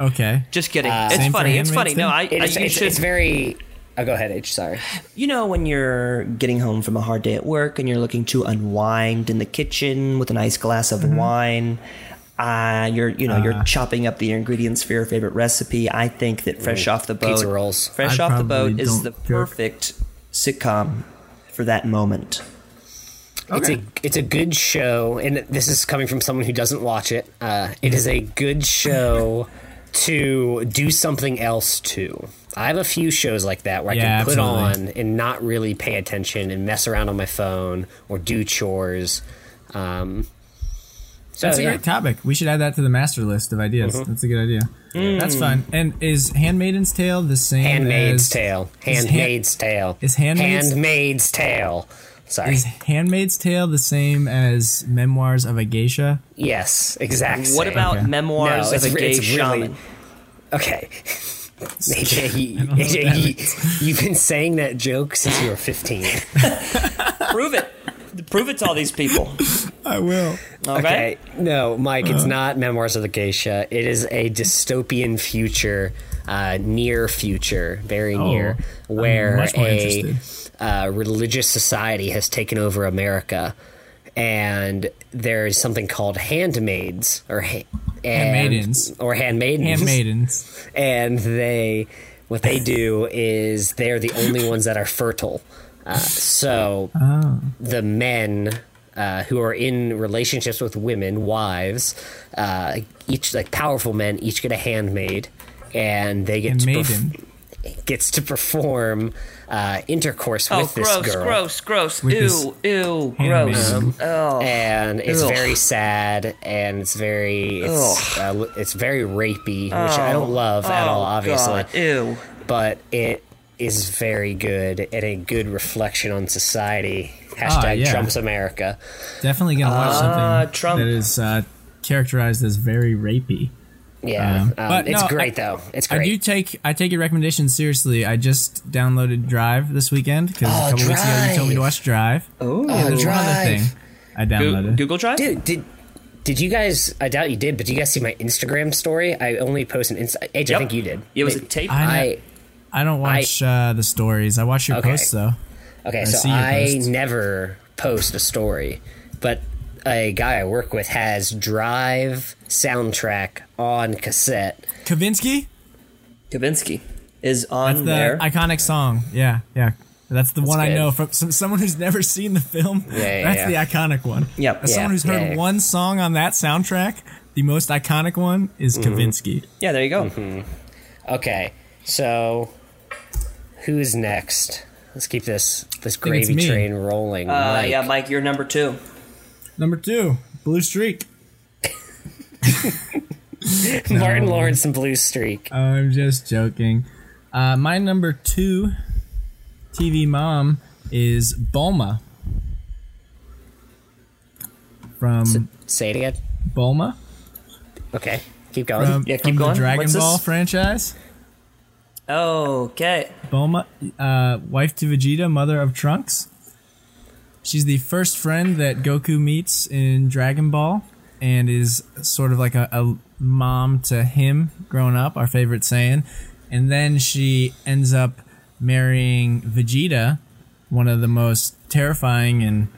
Okay. Just kidding. Same it's for funny. Uh, It's funny. Handmaid's No, Tale? I. It I- is, you, it's, should- it's very. Oh, go ahead, H. Sorry. you know when you're getting home from a hard day at work and you're looking to unwind in the kitchen with a nice glass Mm-hmm. of wine. Uh, you're you know Ah. you're chopping up the ingredients for your favorite recipe. I think that fresh off the boat, Pizza rolls. fresh I off the probably boat is don't the cook. perfect sitcom for that moment. It's a it's a good show, and this is coming from someone who doesn't watch it. Uh, it is a (laughs) good show to do something else to. I have a few shows like that where I Yeah, can put absolutely. on and not really pay attention and mess around on my phone or do chores. Um, so That's a yeah. great topic. We should add that to the master list of ideas. That's a good idea. That's fun. And is Handmaiden's Tale the same Handmaid's as Tale. hand- Handmaid's Tale. is Handmaid's- Handmaid's Tale. Sorry. Is Handmaid's Tale the same as Memoirs of a Geisha? yes, exactly. What about memoirs No, of a it's re- gay it's really- shaman? (laughs) Okay. AJ, you- AJ, you, you've been saying that joke since you were 15. Prove it. Prove it to all these people. I will. Okay. Okay. No, Mike, Uh. it's not Memoirs of the Geisha. It is a dystopian future, uh, near future, very near, Oh, I'm where much more a interested. uh, religious society has taken over America, and there is something called handmaids or ha- and- Handmaidens. or handmaidens. Handmaidens. and they what they do is they're the (laughs) only ones that are fertile uh, so the men uh, who are in relationships with women wives uh, each like powerful men each get a handmaid and they get to Handmaiden. perf- gets to perform uh, intercourse Oh, with gross, this girl gross, gross, With this Ew, ew, handmaid. gross. Oh. and it's Ugh. very sad and it's very it's, uh, it's very rapey which i don't love at all Oh, obviously God, Ew. but it is very good and a good reflection on society. Hashtag Ah, yeah. Trump's America. Definitely gonna watch something Trump. that is uh, characterized as very rapey. Yeah, um, but it's no, great I- though. It's I do great. take I take your recommendations seriously. I just downloaded Drive this weekend because a Oh, couple weeks ago you told me to watch Drive. Oh, there's one other Drive. thing I Go- downloaded. Google Drive? Dude, did did you guys? I doubt you did, but did you guys see my Instagram story? I only post an Insta. Age, I Yep. think you did. It was a Maybe. tape. I I don't watch uh, the stories. I watch your Okay. posts though. okay. see so your I posts. never post a story, but a guy I work with has Drive soundtrack on cassette. Kavinsky, Kavinsky is on the there. iconic song. Yeah, yeah. That's the one I good. know from some, someone who's never seen the film. yeah, that's yeah. the iconic one. Yep. As Yeah, someone who's heard yeah, yeah. one song on that soundtrack, the most iconic one is Mm-hmm. Kavinsky. yeah, there you go. Okay, so who's next? Let's keep this this think it's gravy me. train rolling. Uh, Mike. Yeah, Mike, you're number two. Number two, Blue Streak. Martin Lawrence and Blue Streak. I'm just joking. Uh, my number two TV mom is Bulma from Say it again. Bulma Okay, keep going. from, Yeah, keep from the going. Dragon What's this? Ball franchise. Okay. Bulma, uh, wife to Vegeta, mother of Trunks. She's the first friend that Goku meets in Dragon Ball and is sort of like a, a mom to him growing up, our favorite Saiyan. And then she ends up marrying Vegeta, one of the most terrifying and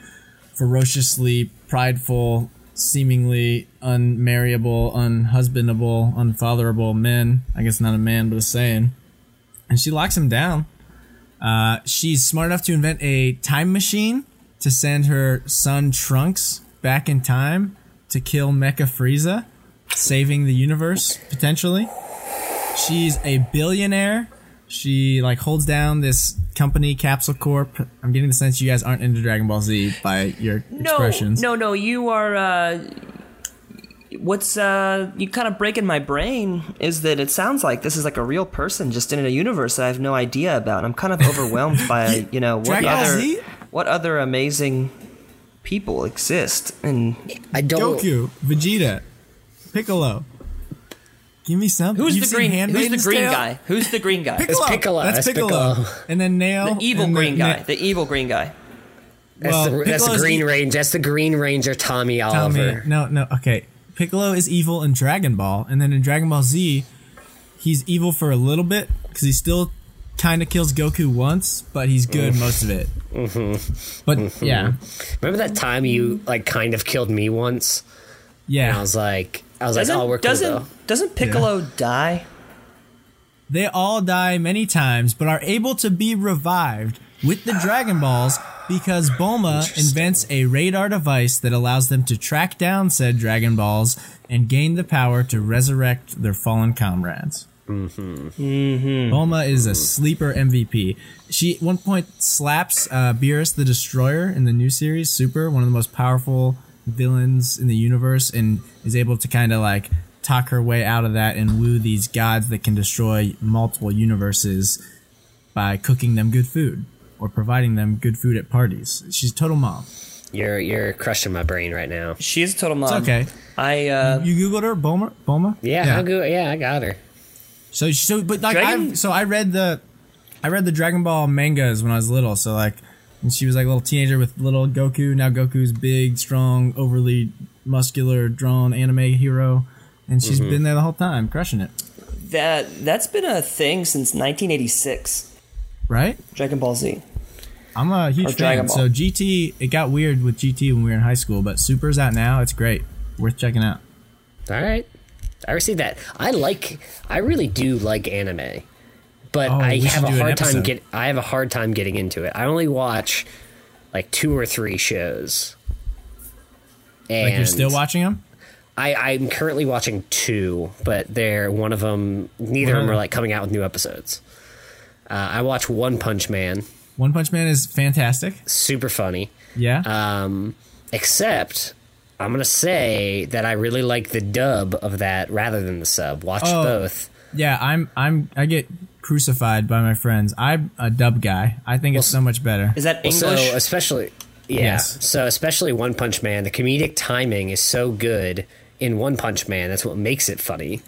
ferociously prideful, seemingly unmarriable, unhusbandable, unfatherable men. I guess not a man, but a Saiyan and she locks him down. Uh, she's smart enough to invent a time machine to send her son Trunks back in time to kill Mecha Frieza, saving the universe potentially. She's a billionaire. She like holds down this company, Capsule Corp. I'm getting the sense you guys aren't into Dragon Ball Z by your expressions. No, no, no. You are. Uh, what's uh, you kind of breaking my brain is that it sounds like this is like a real person just in a universe that I have no idea about. I'm kind of overwhelmed by you know what Dragon Ball other Z? what other amazing people exist and I don't. Goku, Vegeta, Piccolo. Give me something. who's You've the seen green who's the Handmaiden's green Tale? guy who's the green guy Piccolo. That's That's Piccolo. Piccolo. And then Nail. the evil and green Na- guy the evil green guy That's Well, the that's the Piccolo's Green e- Range. That's the Green Ranger Tommy Tell me, Oliver. no, no, okay. Piccolo is evil in Dragon Ball, and then in Dragon Ball Z, he's evil for a little bit because he still kind of kills Goku once, but he's good most of (laughs) it. But yeah, Remember that time you like kind of killed me once? And I yeah, was like, I was Doesn't like, oh, we're cool doesn't though. doesn't Piccolo die? they all die many times, but are able to be revived with the Dragon Balls because Bulma invents a radar device that allows them to track down said Dragon Balls and gain the power to resurrect their fallen comrades. Bulma is a sleeper MVP. She at one point slaps uh, Beerus the Destroyer in the new series Super, one of the most powerful villains in the universe, and is able to kind of like talk her way out of that and woo these gods that can destroy multiple universes by cooking them good food or providing them good food at parties. She's a total mom. You're you're crushing my brain right now. She is a total mom. okay. I uh, You googled her, Bulma. Bulma. Um, Yeah, how good? Yeah, I got her. So so but like Dragon- I so I read the I read the Dragon Ball mangas when I was little. So like when she was like a little teenager with little Goku. Now Goku's big, strong, overly muscular, drawn anime hero, and she's Mm-hmm. been there the whole time, crushing it. that that's been a thing since 1986. Right? Dragon Ball Z. I'm a huge Or fan. Dragon Ball. So GT, it got weird with GT when we were in high school, but Super's out now. It's great, worth checking out. All right, I received that. I like. I really do like anime, but Oh, I we should have a do an hard time episode. get. I have a hard time getting into it. I only watch like two or three shows. And Like you're still watching them? I, I'm currently watching two, but they're one of them. Neither of them are like coming out with new episodes. Uh, I watch One Punch Man, One Punch Man is fantastic. super funny. Yeah. Uh, Um, except I'm gonna say that I really like the dub of that rather than the sub. Watch Oh. both. Yeah, I'm I'm I get crucified by my friends. I'm a dub guy. I think it's so much better. Is that English? So especially, yeah. Yes. So especially One Punch Man, the comedic timing is so good in One Punch Man. That's what makes it funny.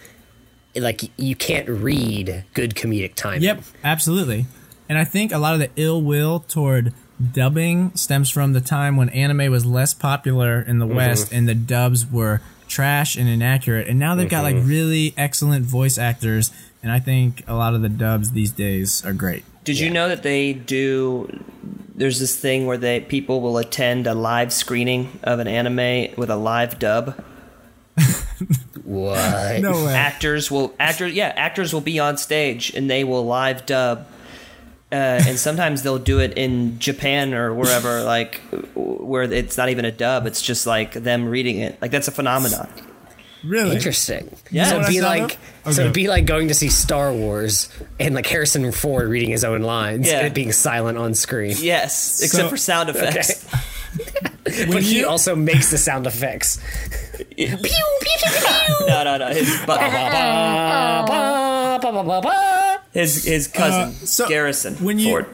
Like y- you can't read good comedic timing. Yep, absolutely. And I think a lot of the ill will toward dubbing stems from the time when anime was less popular in the Mm-hmm. West and the dubs were trash and inaccurate. And now they've got Mm-hmm. like really excellent voice actors. And I think a lot of the dubs these days are great. Did you know that they do? There's this thing where they people will attend a live screening of an anime with a live dub. What? (laughs) No way. Actors will actors yeah actors will be on stage and they will live dub. Uh, and sometimes they'll do it in Japan (laughs) or wherever, like where it's not even a dub; it's just like them reading it. Like that's a phenomenon. Really? Interesting. Yeah. So You know it'd be what I saw, like though? so it'd Okay. be like going to see Star Wars and like Harrison Ford reading his own lines Yeah. and it being silent on screen. Yes, except So- for (laughs) sound effects. (laughs) But he you- also makes the (laughs) sound effects. no, no, no. His, bu- Ba, ba, ba, ba, ba, ba. his his cousin Uh, so Garrison when you- Ford.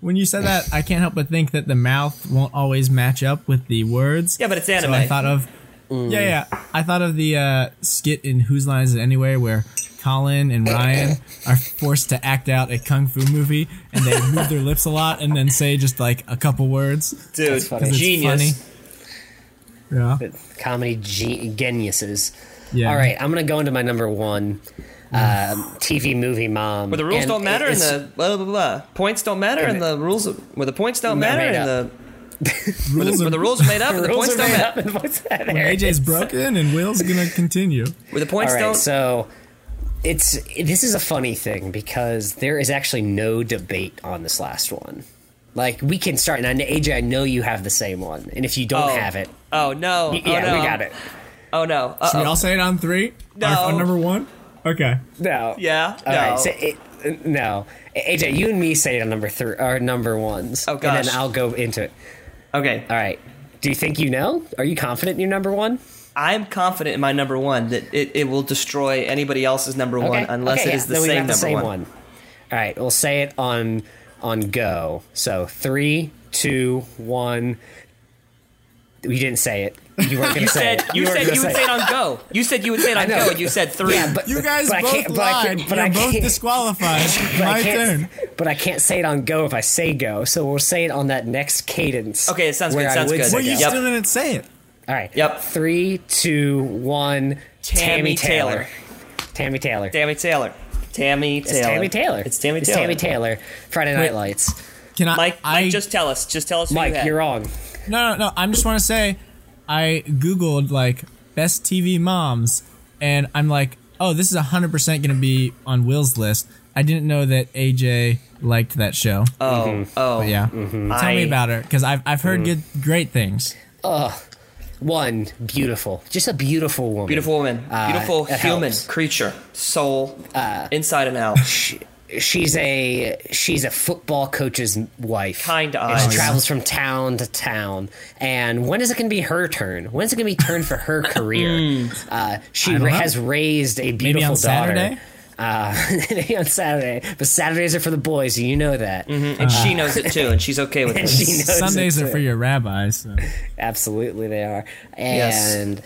When you said that, I can't help but think that the mouth won't always match up with the words. Yeah, but it's anime. So I thought of Mm. yeah, yeah. I thought of the uh, skit in Whose Line Is It Anyway where Colin and Ryan are forced to act out a kung fu movie and they move their lips a lot and then say just like a couple words. Dude, That's funny. It's genius. funny. Yeah. Comedy ge- geniuses. Yeah. All right, I'm gonna go into my number one um, TV movie mom. Where the rules And don't matter and it's- the blah blah blah. blah. Points don't matter and the rules where the points don't They're matter made and the where the, (laughs) Rules where are, the rules are (laughs) made (laughs) up and the rules points are don't made matter. up and what's that? AJ's broken and Will's gonna continue. Where the points All right, don't so it's this is a funny thing because there is actually no debate on this last one. Like we can start, and I know, AJ, I know you have the same one, and if you don't oh. have it, Oh no. y- oh, yeah, no. we got it. Oh no. Uh Should we all say it on three? No. Our- On number one? Okay. No, Yeah, All no. right, so it, no, AJ, you and me say it on number three or number ones. Oh, and gosh. then I'll go into it. Okay. All right, do you think you know? Are you confident in your number one? I'm confident in my number one that it, it will destroy anybody else's number one unless okay, it yeah, is the then we got same number one. All right, we'll say it on on go. So three, two, one. We didn't say it. You weren't gonna You say. said it. you weren't said gonna you would say it on go. You said you would (laughs) say it on know. go, and you said three. Yeah, but You guys but I both can't- but I lied. can't- but I You're both can't- disqualified. (laughs) but My I can't, turn. But I can't say it on go if I say go, so we'll say it on that next cadence. Okay, it sounds where good, I sounds would good. say Well, Were you go. Yep. still didn't say it. All right. Yep. Three, two, one. Tammy, Tammy Taylor. Taylor. Tammy Taylor. Tammy Taylor. Tammy Taylor. It's Tammy Taylor. It's Tammy It's Taylor. Tammy Taylor. Friday Night Wait. Lights. Can I? Mike, I Mike, just tell us. Just tell us. who you Mike, had. you're wrong. No, no, no. I just want to say, I googled like best TV moms, and I'm like, oh, this is 100 percent going to be on Will's list. I didn't know that AJ liked that show. Oh, Mm-hmm. oh, Mm-hmm. but yeah, tell me I- about her because I've I've heard good great (laughs) things. One beautiful, just a beautiful woman. Beautiful woman. Uh, Beautiful it human helps. Uh, creature. Soul. inside (laughs) and out. She, she's a she's a football coach's wife. Kind And she eyes. travels from town to town. And when is it going to be her turn? When is it going to be turn for (laughs) her career? uh, she don't know. has raised a on beautiful daughter. Saturday? Uh, (laughs) maybe on Saturday, but Saturdays are for the boys. You know that. And she knows it too, and she's (laughs) okay with And (laughs) it. she knows it, Sundays are too. for your rabbis. So. Absolutely, they are. Yes. And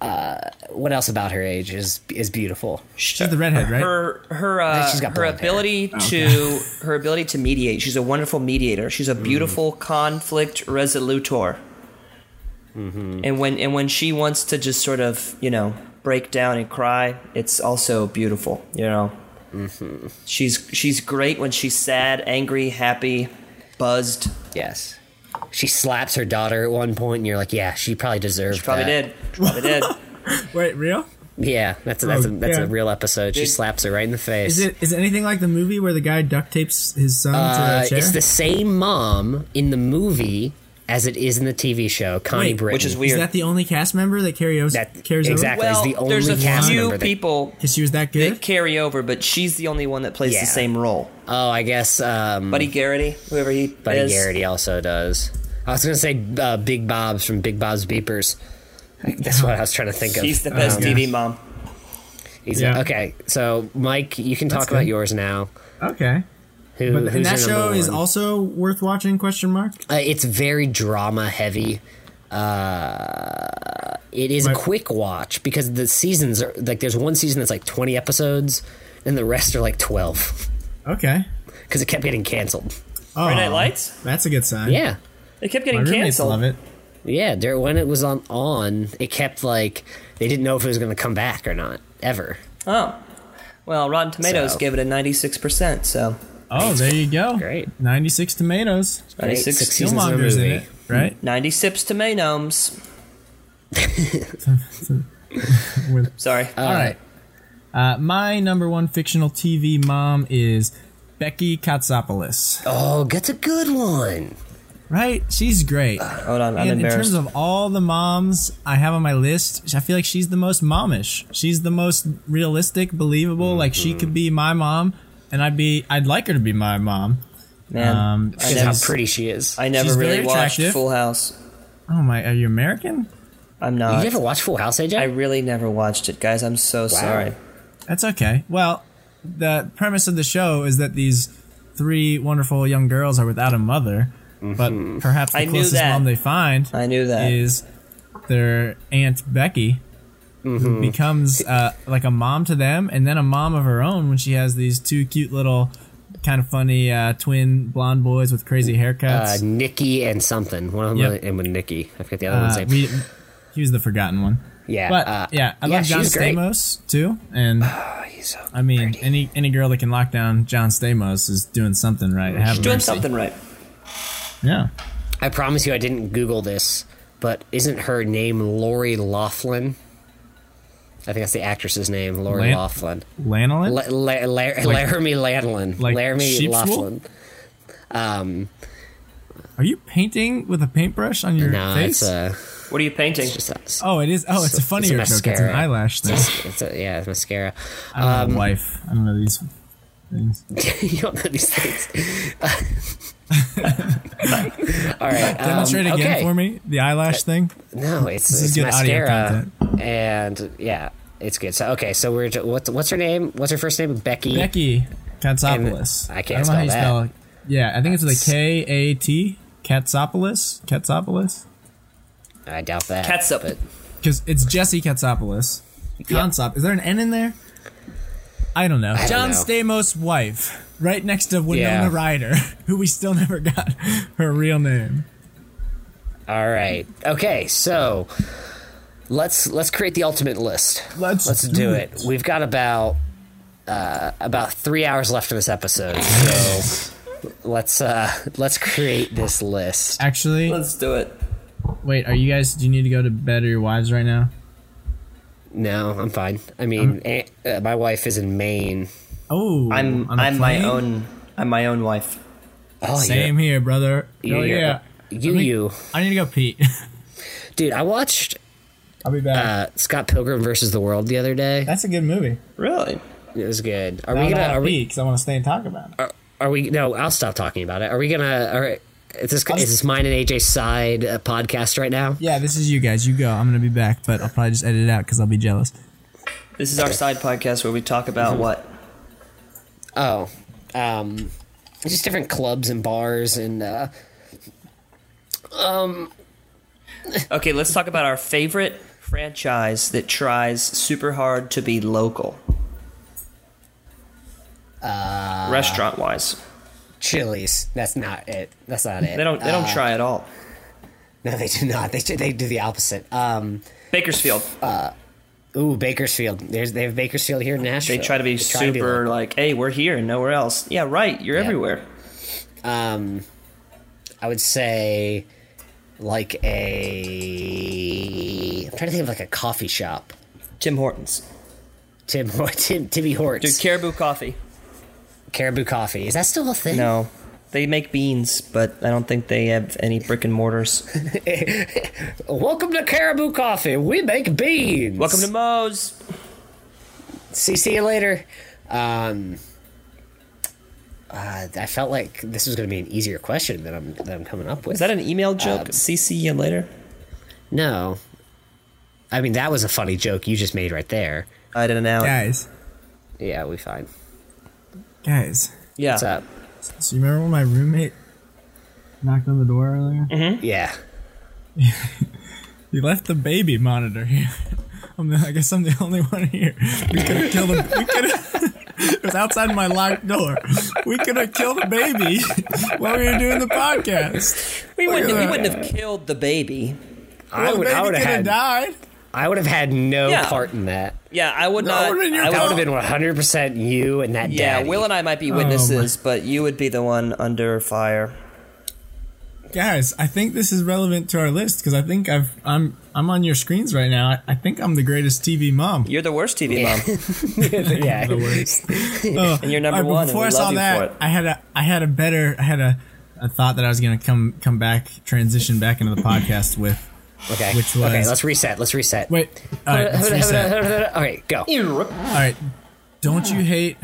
uh, what else about her age is is beautiful? She's the redhead, right? her her uh, she's got her blonde hair. ability to her ability to mediate. She's a wonderful mediator. She's Mm-hmm. a beautiful conflict resolutor. Mm-hmm. And when and when she wants to just sort of you know break down and cry, it's also beautiful. You know, Mm-hmm. she's she's great when she's sad, angry, happy, buzzed. Yes. She slaps her daughter at one point, and you're like, "Yeah, she probably deserved." She Probably did. (laughs) Probably did. Wait, real? Yeah, that's a, that's a, Oh, that's yeah. a real episode. She Dude. slaps her right in the face. Is it is it anything like the movie where the guy duct tapes his son Uh, to a chair? it's the same mom in the movie as it is in the TV show, Connie Wait, Britton. Which is is weird. that the only cast member that carries That- carries exactly. over? well, the there's a only cast few member that- people Because she was that that good. carry over, but she's the only one that plays Yeah. the same role. Oh, I guess um, Buddy Garrity, whoever he Buddy is. Garrity also does. I was gonna say uh, Big Bob's from Big Bob's Beepers. That's what I was trying to think of. He's the best Oh, yeah. TV mom. He's Yeah. a- okay, so Mike, you can talk good. about yours now. Okay. Who, But who's and that your show number is one? also worth watching? Question mark. Uh, it's very drama heavy. Uh, it is Right. a quick watch because the seasons are like there's one season that's like 20 episodes, and the rest are like (laughs) 12 Okay. because it kept getting canceled. Oh, Friday Night Lights? That's a good sign. Yeah, It kept My getting roommates canceled. love it. yeah. There, when it was on on, it kept like they didn't know if it was going to come back or not ever. Oh. Well, Rotten Tomatoes So- gave it a 96%, so Oh, there you go. Great. Ninety-six tomatoes. Right? 96 Six seasons of a Killmonger's in movie. it, right? Mm-hmm. (laughs) 96 tomatoes. With- Sorry. All right. Uh, my number one fictional TV mom is Becky Katsopoulos. Oh, that's a good one. Right? She's (sighs) great. Hold on, I'm and in embarrassed. terms of all the moms I have on my list, I feel like she's the most momish. She's the most realistic, believable. Like she could be my mom, and I'd be, I'd like her to be my mom. Man, Um, I Because never, how pretty she is. I never She's really very watched attractive. Full House. Oh my, are you American? I'm you not. never watched Full House, AJ? I really never watched it, guys. I'm so sorry. That's okay. Well, the premise of the show is that these three wonderful young girls are without a mother, but perhaps the Mm-hmm. I knew closest that. mom they find I knew that. is their aunt Becky, Mm-hmm. who becomes uh, like a mom to them, and then a mom of her own when she has these two cute little, kind of funny uh, twin blonde boys with crazy uh, haircuts. Nikki and something. One of them Yep. and with Nikki. I forget the other one's Uh, name. we, he was the forgotten one. yeah, But uh, yeah, I love John she's great. Stamos too, and Oh, He's so I mean, pretty. any any girl that can lock down John Stamos is doing something right. Have She's doing mercy. something right. Yeah. I promise you, I didn't Google this, but isn't her name Lori Laughlin? I think that's the actress's name, Lori Lan- Laughlin. Lanolin? La- La- La- Laramie Lanlin. like Laramie sheep's wool? Laughlin. Um, Are you painting with a paintbrush on your no, face? it's a. What are you painting? Just a oh, it is. Oh, it's, it's a a funnier joke. It's an mascara. Um, eyelash thing. it's a, yeah, it's mascara. (laughs) I don't know, wife. I don't know these things. you don't know these things. (laughs) All right. um, Demonstrate again okay. for me the eyelash thing. No, it's is it's good audio mascara, and yeah, it's good. So okay, so we're what's what's her name? What's her first name? Becky. Becky Katsopoulos. And I can't I don't know how you spell spell it. Yeah, I think it's with a That's- K A T. Katsopoulos. Katsopoulos. I doubt that. Catsup. But Because it's Jesse Katsopoulos. Consop. Is there an N in there? I don't know. don't John know. Stamos' wife, right next to Winona Yeah. Ryder, (laughs) who we still never got (laughs) her real name. all right. Okay. So let's let's create the ultimate list. Let's let's do do it. We've got about uh, about three hours left of this episode, so let's uh, let's create this list. Actually, Let's do it. wait. Are you guys? Do you need to go to bed or your wives right now? No, I'm fine. I mean, eh, uh, my wife is in Maine. Oh, I'm on a I'm my plane? own I'm my own wife. Oh, Same here, brother. Yeah, oh yeah. yeah. You, I mean- you, I need to go pee. (laughs) dude. I watched I'll be back. uh, Scott Pilgrim versus the World the other day. That's a good movie. Really? It was good. Are I'm we gonna? gonna Are we? pee because I want to stay and talk about it. Are, are we? No, I'll stop talking about it. Are we gonna? Are, is this is this mine and AJ's side uh, podcast right now? Yeah, this is you guys. You go. I'm gonna be back, but I'll probably just edit it out because I'll be jealous. This is our side podcast where we talk about what? Oh, um, just different clubs and bars and uh, Okay, let's talk about our favorite franchise that tries super hard to be local. Uh, Restaurant wise, Chili's. That's not it. That's not it. Uh, they don't they don't try at all. (laughs) No, they do not. They do- they do the opposite. Um, Bakersfield, ooh, Bakersfield. There's they have Bakersfield here in Nashville. they try to be to super be local. like, hey, we're here and nowhere else. Yeah, right. You're everywhere. um, I would say like a. I'm trying to think of like a coffee shop. Tim Hortons, Tim (laughs) Hor- Tim Timmy dude, Hortons. Caribou Coffee. Caribou Coffee. Is that still a thing? No, they make beans, but I don't think they have any brick and (laughs) mortars. Welcome to Caribou Coffee. We make beans. Welcome to Moe's. See, see you later. Um, uh, I felt like this was going to be an easier question that I'm that I'm coming up with. Is that an email joke? CC you later. no? I mean, that was a funny joke you just made right there. I didn't know. Yeah. Guys, Yeah, we fine. guys. What's Uh. up? So you remember when my roommate knocked on the door earlier? Mm-hmm. Yeah. He left the baby monitor here. (laughs) I'm the, I guess I'm the only one here. We could have killed him. We could have. (laughs) It was outside my locked door. We could have killed the baby (laughs) while we were doing the podcast. We wouldn't, at we that. wouldn't have killed the baby. I the would, I baby could would have have had, died. I would have had no Yeah. part in that. Yeah, I would it not. would've been your I would- That would have been 100% you and that yeah, daddy. Will and I might be Oh witnesses, but you would be the one under fire. Guys, I think this is relevant to our list because I think I've I'm I'm on your screens right now. I, I think I'm the greatest TV mom. You're the worst TV mom, (laughs) yeah. and you're number All right, but one. Before I and we saw love you that, for it. I had a I had a better I had a, a thought that I was gonna come come back transition back into the podcast with. (laughs) Okay. Which okay, was- let's reset. Let's reset. Wait, all right, let's reset. All right, go. All right, don't you hate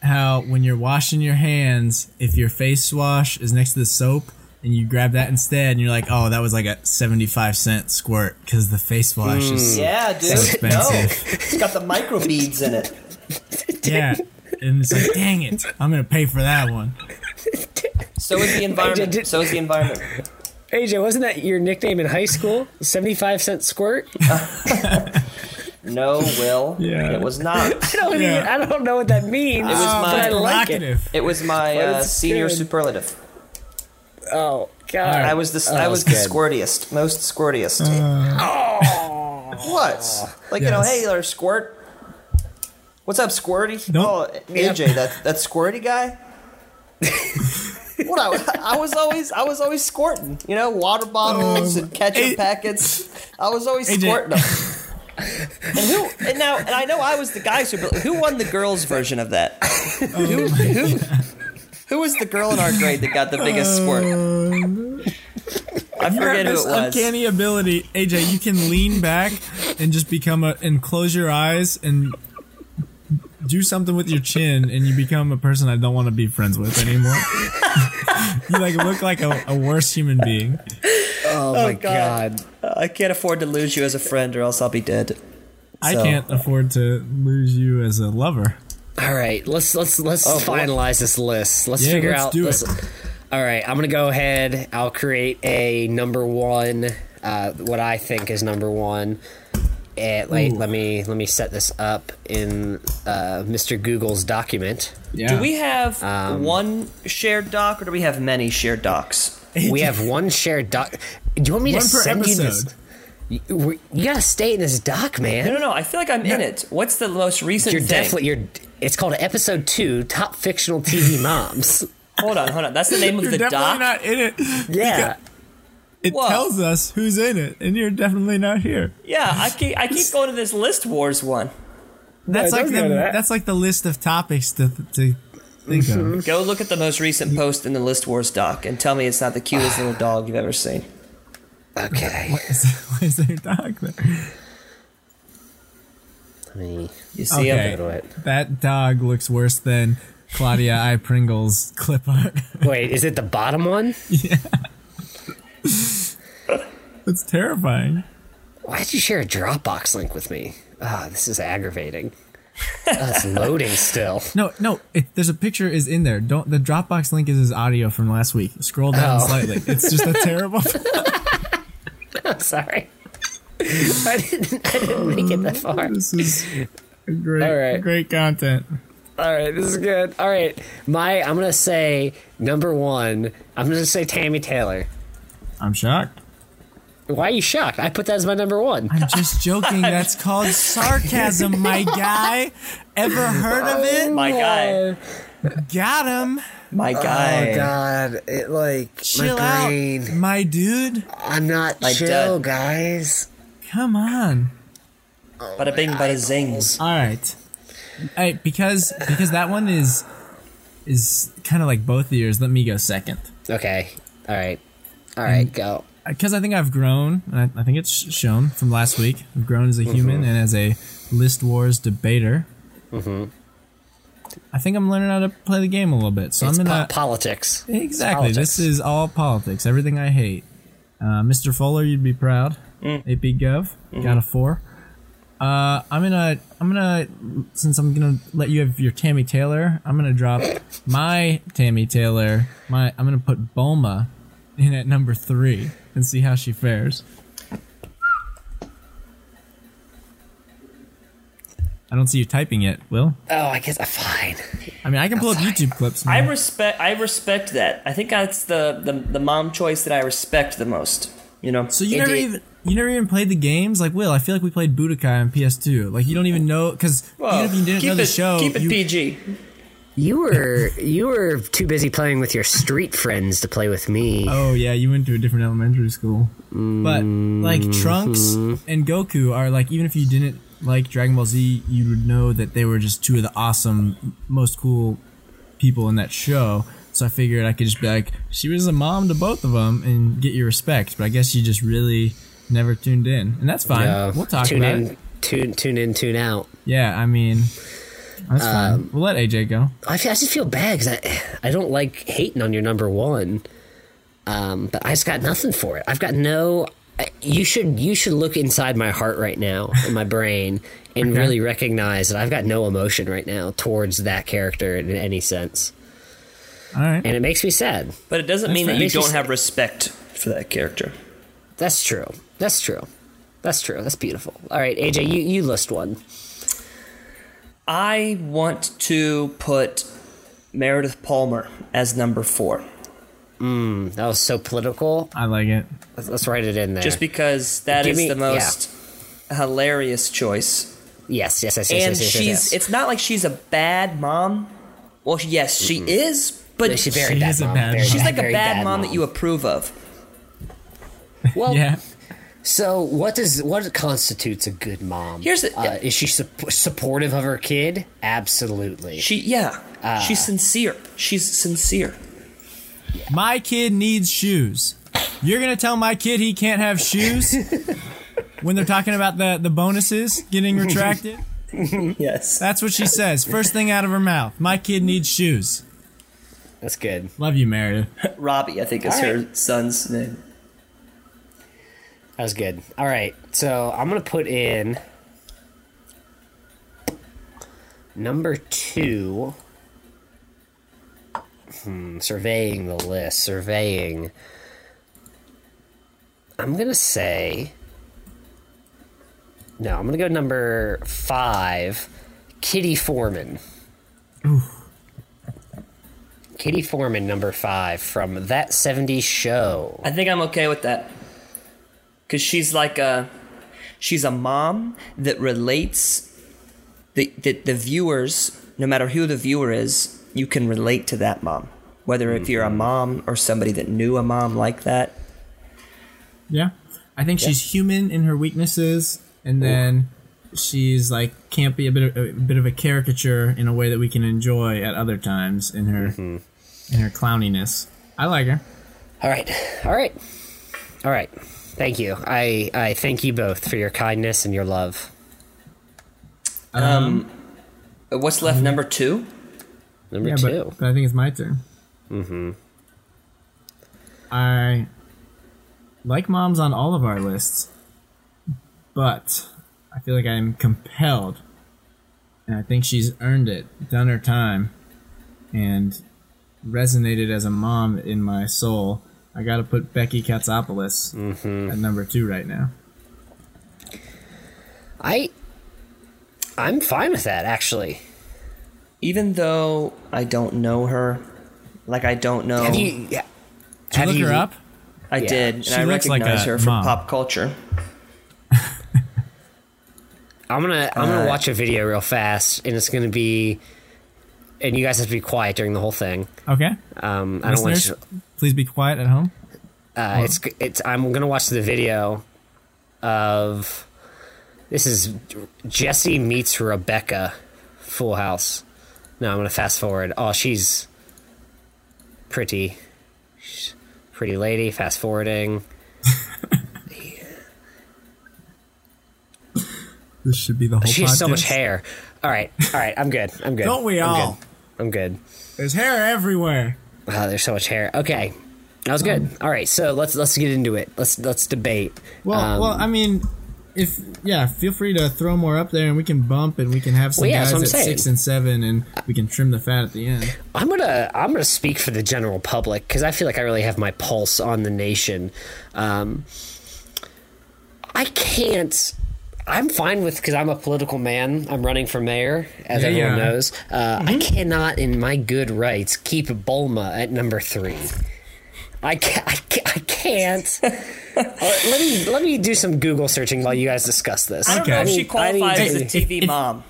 how when you're washing your hands, if your face wash is next to the soap and you grab that instead, and you're like, oh, that was like a seventy five cent squirt because the face wash is yeah, (laughs) dude. hmm. expensive. it's got the microbeads in it. yeah. And it's like, dang it, I'm gonna pay for that one. (laughs) So is the environment. did- So is the environment. AJ, wasn't that your nickname in high school? 75 cent squirt? (laughs) No, Will. Yeah. It was not. I don't, Yeah. even, I don't know what that means. was but my I like it. Provocative. It (laughs) was my But uh, it's senior good. superlative. Oh, God. I was the Oh, I was the good. squirtiest, most squirtiest. Oh. Oh. what? Like you know, Yes. hey, there, squirt. What's up, Squirty? Nope. Oh, AJ, that that Squirty guy. what I, I was always I was always squirting, you know, water bottles Um, and ketchup A- packets. I was always AJ. squirting them. and who? And now, and I know I was the guy who who won the girls' version of that. Oh who, who, who was the girl in our grade that got the biggest squirt? I You have forget who it this was. Uh, uncanny ability, AJ. You can lean back and just become a and close your eyes and do something with your chin, and you become a person I don't want to be friends with anymore. (laughs) you like look like a, a worse human being. Oh, my God. I can't afford to lose you as a friend, or else I'll be dead. I So- can't afford to lose you as a lover. All right, let's let's let's boy. finalize this list. Let's Yeah, figure let's out. do let's- it. All right, I'm gonna go ahead. I'll create a number one uh, what I think is number one. And like, let me let me set this up in uh, Mr. Google's document. Yeah. Do we have Um, one shared doc or do we have many shared docs? We have one shared doc. Do you want me One to per send you this? episode. You, we- you gotta stay in this doc, man. No, no, no. I feel like I'm in it. What's the most recent You're thing? definitely you're. It's called episode two, top fictional TV moms. (laughs) Hold on, hold on. That's the name of You're the definitely doc. not in it. yeah, It Whoa. tells us who's in it, and you're definitely not here. yeah, I keep I keep going to this list wars one. That's it like does go the, to that. that's like the list of topics to to think of. Go look at the most recent post in the list wars doc and tell me it's not the cutest little dog you've ever seen. okay. Is there, why (laughs) is there a dog there? Let me You see Okay. him? do it. That dog looks worse than Claudia I Pringle's clip art. (laughs) Wait, is it the bottom one? It's terrifying. Why did you share a Dropbox link with me? Ah, this is aggravating. Ah, it's loading still. (laughs) No, no. It, there's a picture is in there. Don't the Dropbox link is his audio from last week. Scroll down Oh. slightly. It's (laughs) just a terrible. (laughs) I'm sorry. I didn't, I didn't make it that far. this is great, All right. great content. All right, this is good. All right, my I'm gonna say number one. I'm gonna say Tammy Taylor. I'm shocked. Why are you shocked? I put that as my number one. I'm just (laughs) joking. That's called sarcasm, my guy. Ever heard of Oh. it? My guy. Got him. My guy. God, it like Chill out, my dude. I'm not My chill, dad. guys. Come on. Bada bing, bada zing. All right. All right, because because that one is is kind of like both years. Let me go second Okay. All right. All right. Go. because I think I've grown. and I, I think it's sh- shown from last week. I've grown Mm-hmm. as a human and as a list wars debater. Mm-hmm. I think I'm learning how to play the game a little bit. So It's I'm gonna po- politics. exactly. Politics. This is all politics. Everything I hate. Uh, Mr. Fuller, you'd be proud. AP Gov got a four. Uh, I'm gonna, I'm gonna, since I'm gonna let you have your Tammy Taylor, I'm gonna drop my Tammy Taylor. My, I'm gonna put Bulma in at number three and see how she fares. I don't see you typing it, Will. Oh, I guess I'm fine. I mean, I can pull up YouTube clips. I man. respect I respect that. I think that's the, the the mom choice that I respect the most. You know? So you never Indeed. even you never even played the games, like Will. I feel like we played Budokai on PS2. Like you don't even know because Well, even if you didn't keep know the it, show, Keep it you, PG. You were you were too busy playing with your street friends to play with me. oh yeah, you went to a different elementary school. But like Mm-hmm. Trunks and Goku are like even if you didn't like Dragon Ball Z, you would know that they were just two of the awesome, most cool people in that show. So I figured I could just be like, she was a mom to both of them and get your respect. But I guess you just really never tuned in, and that's fine. Yeah. we'll talk tune about in, it. Tune tune in, tune out. Yeah, I mean, that's fine. We'll let AJ go. I, feel, I just feel bad because I I don't like hating on your number one. Um, but I just got nothing for it. I've got no. I- You should you should look inside my heart right now and my brain and Okay. really recognize that I've got no emotion right now towards that character in any sense, All right. and it makes me sad. But it doesn't mean fair. that you Makes me don't s- have respect for that character. That's true. That's true. That's true. That's beautiful. All right, AJ, you, you list one. I want to put Meredith Palmer as number four, That was so political. I like it. Let's, let's write it in there. just because that Give is me- the most hilarious choice. yes, yes, yes, yes, and yes, yes, yes, she's yes. it's not like she's a bad mom well she- yes she is but No, she's very She bad. is a mom, bad very mom. she's like a very bad, mom, that you approve of Well, Yeah. So what does what constitutes a good mom? Here's the- uh, is she sup- supportive of her kid? Absolutely. she yeah she's sincere she's sincere My kid needs shoes. You're gonna tell my kid he can't have shoes when they're talking about the the bonuses getting retracted. yes That's what she says. First thing out of her mouth. My kid needs shoes. That's good. Love you, Meredith. robbie i think is All her son's name That was good. All right. So I'm gonna put in number two. Hmm, surveying the list. Surveying. I'm gonna say. No, I'm gonna go number five, Kitty Foreman. Kitty Foreman, number five from that '70s show. I think I'm okay with that. Cause she's like a she's a mom that relates the the, the viewers, no matter who the viewer is, you can relate to that mom. Whether if you're a mom or somebody that knew a mom like that. Yeah. I think she's human in her weaknesses, and then she's like can't be a bit of a bit of a caricature in a way that we can enjoy at other times in her in her clowniness. I like her. All right, all right, all right. Thank you. I I thank you both for your kindness and your love. Uh, What's left number two? Number Yeah, two. but, but I think it's my turn. Mm-hmm. I like moms on all of our lists, but I feel like I'm compelled, and I think she's earned it, done her time, and resonated as a mom in my soul. I got to put Becky Katsopoulos Mm-hmm. at number two right now. I I'm fine with that actually. Even though I don't know her, like I don't know Have you yeah. Did you look her up? I Yeah. did, and She I looks like recognize a her from mom. pop culture. I'm gonna I'm gonna Uh, watch a video real fast, and it's gonna be, and you guys have to be quiet during the whole thing. Okay, Um, I don't want listeners, you. please be quiet at home. to- Uh, it's it's. I'm gonna watch the video of this is Jesse meets Rebecca, Full House. No, I'm gonna fast forward. Oh, she's pretty, She's a pretty lady. Fast forwarding. This should be the whole. She has so much podcast. hair. All right, all right. I'm good. I'm good. Don't we I'm all? good. I'm good. There's hair everywhere. Wow, there's so much hair. Okay, that was good. All right, so let's let's get into it. Let's let's debate. Well, Um, well, I mean, if yeah, feel free to throw more up there, and we can bump, and we can have some Well, yeah, that's guys what at I'm saying. six and seven, and we can trim the fat at the end. I'm gonna I'm gonna speak for the general public because I feel like I really have my pulse on the nation. Um, I can't. I'm fine with because I'm a political man. I'm running for mayor, as Yeah, everyone yeah. Mm-hmm. knows. Uh, I cannot, in my good rights, keep Bulma at number three. I can't. I ca- I (laughs) can't. Uh, let me let me do some Google searching while you guys discuss this. I don't know if Okay. she qualifies as a If- (laughs) TV if- mom.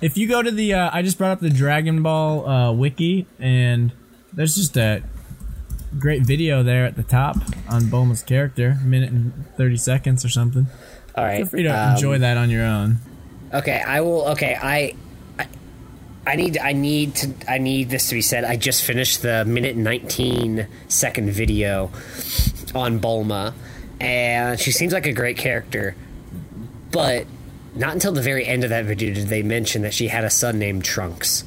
If you go to the, uh, I just brought up the Dragon Ball uh, wiki, and there's just a great video there at the top on Bulma's character, minute and thirty seconds or something. All right. Feel free to um, enjoy that on your own. Okay, I will. Okay, I, I, I need, I need to, I need this to be said. I just finished the minute 19 second video on Bulma, and she seems like a great character, but not until the very end of that video did they mention that she had a son named Trunks.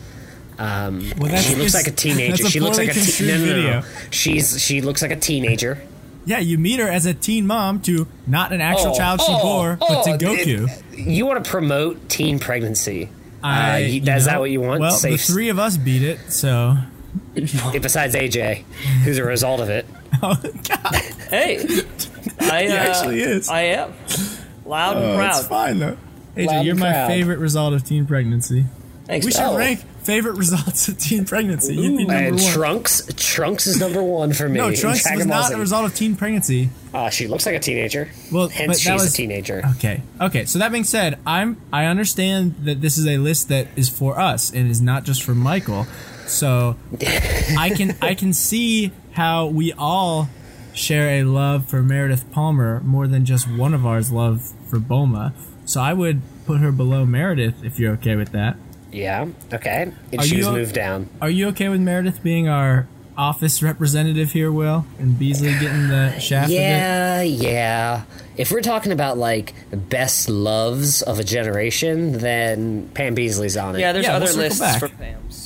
Um, Well, (laughs) that's she looks just- like a teenager. that's a she looks like a poorly te- no, construed no, no, no. video. She's she looks like a teenager. Yeah, you meet her as a teen mom to not an actual Oh, child she oh, bore, but to oh, Goku. You want to promote teen pregnancy? I- uh, you, you is that know, what you want? Well, the Safe- three of us beat it, so besides AJ, who's a result of it. Hey, (laughs) I uh, actually is. Oh, I am loud and proud. fine though. AJ, Loud you're and my proud. favorite result of teen pregnancy. Thanks, We should man. Oh. rank favorite results of teen pregnancy. You'd be number And one. Trunks, Trunks is number one for me. no, in Trunks Dragon was Ball not Z. a result of teen pregnancy. Ah, she looks like a teenager. Well, but hence that she's was- a teenager. Okay. Okay. So that being said, I'm I understand that this is a list that is for us and is not just for Michael. (laughs) So I can I can see how we all share a love for Meredith Palmer more than just one of ours love for Boma. So I would put her below Meredith if you're okay with that. Yeah. Okay. And Are she was you- moved down. Are you okay with Meredith being our office representative here, Will? And Beasley getting the shaft of it? Yeah, yeah. If we're talking about like the best loves of a generation, then Pam Beasley's on it. Yeah, there's Yeah, we'll other circle lists back. for Pam's.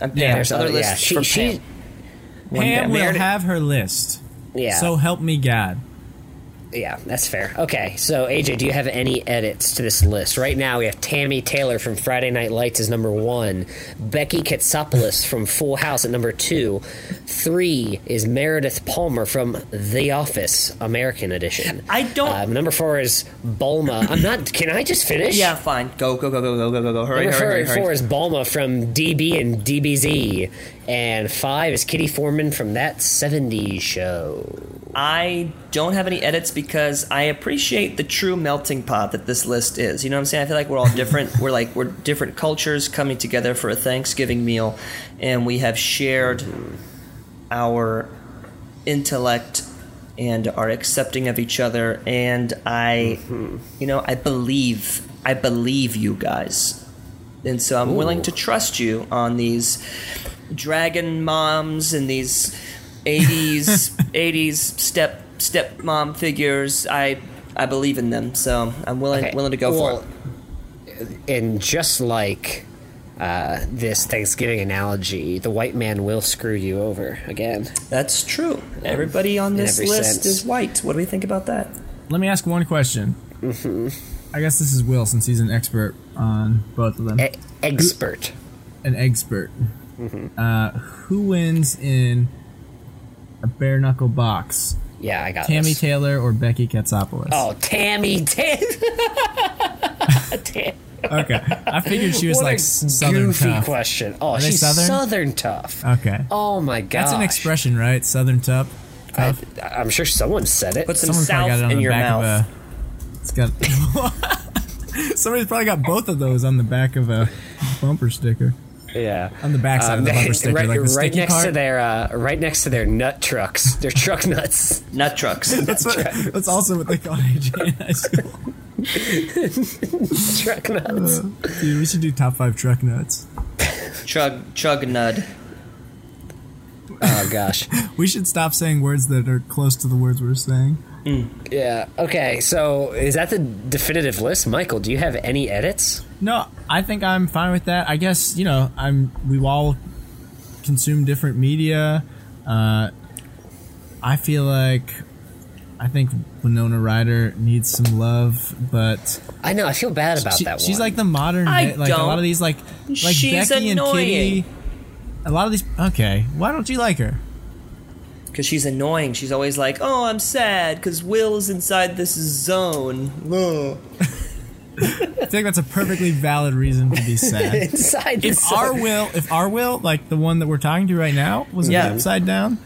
Uh, Pam, Yeah, there's other yeah, lists she- for she- Pam. One Pam Pam. will Meredith- have her list. yeah. So help me God. Yeah, that's fair. Okay, so AJ, do you have any edits to this list? Right now, we have Tammy Taylor from Friday Night Lights as number one, Becky Katsopoulos from Full House at number two, three is Meredith Palmer from The Office American Edition. I don't- Uh, number four is Bulma. I'm not. Can I just finish? Yeah, fine. Go, go, go, go, go, go, go, go. Hurry, Number four, hurry, hurry, four hurry. is Balma from DB and DBZ, and five is Kitty Foreman from that '70s show. I don't have any edits because I appreciate the true melting pot that this list is. You know what I'm saying? I feel like we're all different. (laughs) we're like we're different cultures coming together for a Thanksgiving meal, and we have shared our intellect and are accepting of each other. And I, Mm-hmm. you know, I believe I believe you guys, and so I'm willing to trust you on these dragon moms and these (laughs) 80s 80s step step mom figures. I I believe in them, so I'm willing Okay, willing to go well, for it. And just like uh, this Thanksgiving analogy, the white man will screw you over again. That's true. Everybody on in this every list sense. is white. What do we think about that? Let me ask one question. Mm-hmm. I guess this is Will, since he's an expert on both of them. E- expert. an expert. Mm-hmm. Uh, who wins in a bare knuckle box? Yeah, I got Tammy this. Taylor or Becky Katsopoulos? oh, Tammy (laughs) Taylor. Okay. I figured she was what like a Southern goofy tough. question. Oh, they she's Southern? southern? tough. Okay. Oh my god. That's an expression, right? Southern tough. I, tough. I'm sure someone said it. Put some Someone's probably got it south on in the your back of mouth. a. It's got. Somebody's probably got (laughs) both of those on the back of a bumper sticker. Yeah, On the backside of the bumper sticker, Um, (laughs) right, like the right sticky next to part? their uh, right next to their nut trucks, their truck (laughs) nuts. (laughs) Nut trucks. That's what. That's also what they call AJ in high school. truck nuts. Dude, we should do top five truck nuts. chug chug nud. Oh gosh. We should stop saying words that are close to the words we're saying. Yeah. Okay. So is that the definitive list, Michael? Do you have any edits? No, I think I'm fine with that. I guess you know I'm. We all consume different media. Uh, I feel like I think Winona Ryder needs some love, but I know. I feel bad about she- that one. she's like the modern. I day- like a lot don't. of these, like like She's Becky and Kitty. annoying. A lot of these. Okay, why don't you like her? Because she's annoying. She's always like, oh, I'm sad because Will's inside this zone. (laughs) I think that's a perfectly valid reason to be (laughs) sad. inside. if this- our will, if our will, like the one that we're talking to right now, was Yeah. upside down,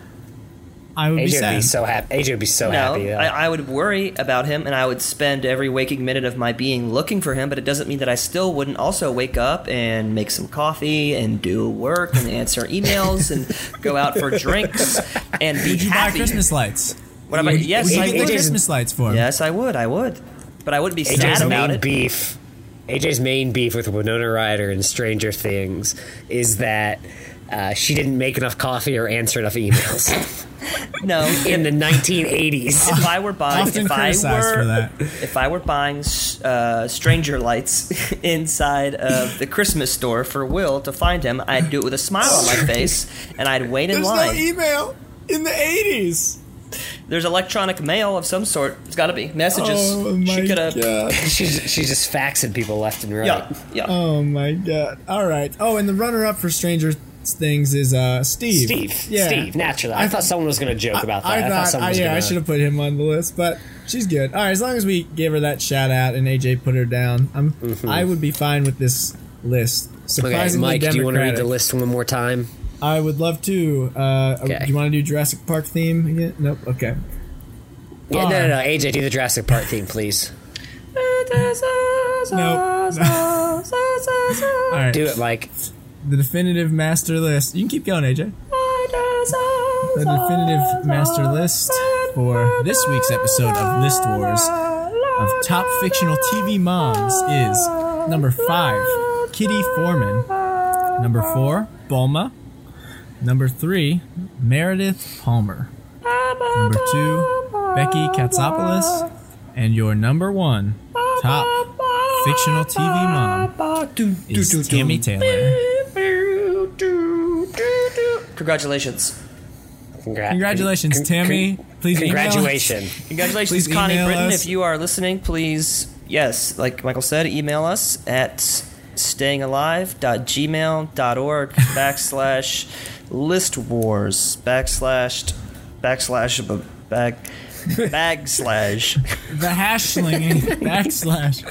I would be AJ would be sad. so happy. AJ would be so No, happy. though. I, I would worry about him and I would spend every waking minute of my being looking for him, but it doesn't mean that I still wouldn't also wake up and make some coffee and do work and answer emails and go out for drinks and be Would you buy happy. Christmas lights? What am I- Would- yes, would you I get the would. Christmas lights for him? Yes, I would. I would. But I wouldn't be AJ's sad about main it. beef. AJ's main beef with Winona Ryder and Stranger Things is that uh, she didn't make enough coffee or answer enough (laughs) emails No. in the 1980s. If I were buying, Often if I criticized were, for that. if I were buying uh, Stranger Lights (laughs) inside of the Christmas store for Will to find him, I'd do it with a smile on my face, and I'd wait in There's no e- line. email in the '80s. There's electronic mail of some sort. It's got to be messages. Oh my she could have. god! (laughs) she's, she's just faxing people left and right. Yeah, yeah. Oh my god! All right. Oh, and the runner-up for Stranger Things is uh Steve. Steve, Yeah. Steve, naturally. I, thought someone was going to joke about that. I, I thought thought, I, someone was yeah, going I to. should have put him on the list, but she's good. All right, as long as we gave her that shout out and AJ put her down, I'm, I would be fine with this list. Mm-hmm. Okay, Surprisingly Mike, do you want to read democratic. the list one more time? I would love to. Uh, Okay. Do you want to do Jurassic Park theme again? Nope. Okay. Yeah, no, no, Fine. no. AJ, do the Jurassic Park theme, please. (laughs) Nope. (laughs) All right. Do it, Mike. The definitive master list. You can keep going, AJ. The definitive master list for this week's episode of List Wars of top fictional TV moms is number five, Kitty Foreman. Number four, Bulma. Number three, Meredith Palmer. Number two, Becky Katsopoulos. And your number one top fictional TV mom is Tammy Taylor. Congratulations. Congra- Congratulations, con- con- Tammy. con- Please email us. Congratulations. Congratulations, Please Connie email Britton. us. If you are listening, please, yes, like Michael said, email us at stayingalive.gmail.org backslash list wars backslash backslash b- back (laughs) backslash. The hash slinging backslash.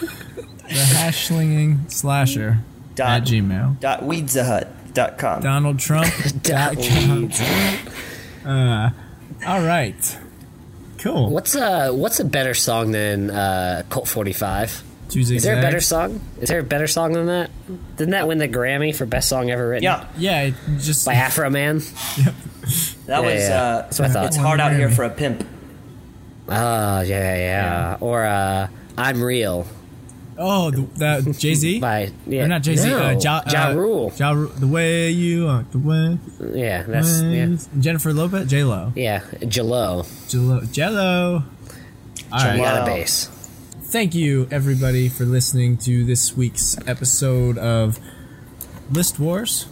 The hash slinging slasher. Dot- Dot Gmail. dot weedshut dot com. Donald (laughs) Trump. Dot weeds. All right. Cool. What's a what's a better song than uh, Colt Forty Five? Two Is there a zigzags. better song? Is there a better song than that? Didn't that win the Grammy for best song ever written? yeah, Yeah, it just By Afro (laughs) Man. that Yeah, was yeah, Uh, that's what I thought. it's hard out here Grammy. for a pimp. Oh yeah, yeah. yeah. Or uh, I'm Real oh the, (laughs) that Jay Z. by yeah. Or not Jay Z. no, Uh, ja, Ja uh, Rule. Ja Ru- the way you are, the way. yeah, that's Mm. yeah. Jennifer Lopez. J Lo. Yeah, Jello. Jello. Jello. All You right. got Wow. a bass. Thank you, everybody, for listening to this week's episode of List Wars.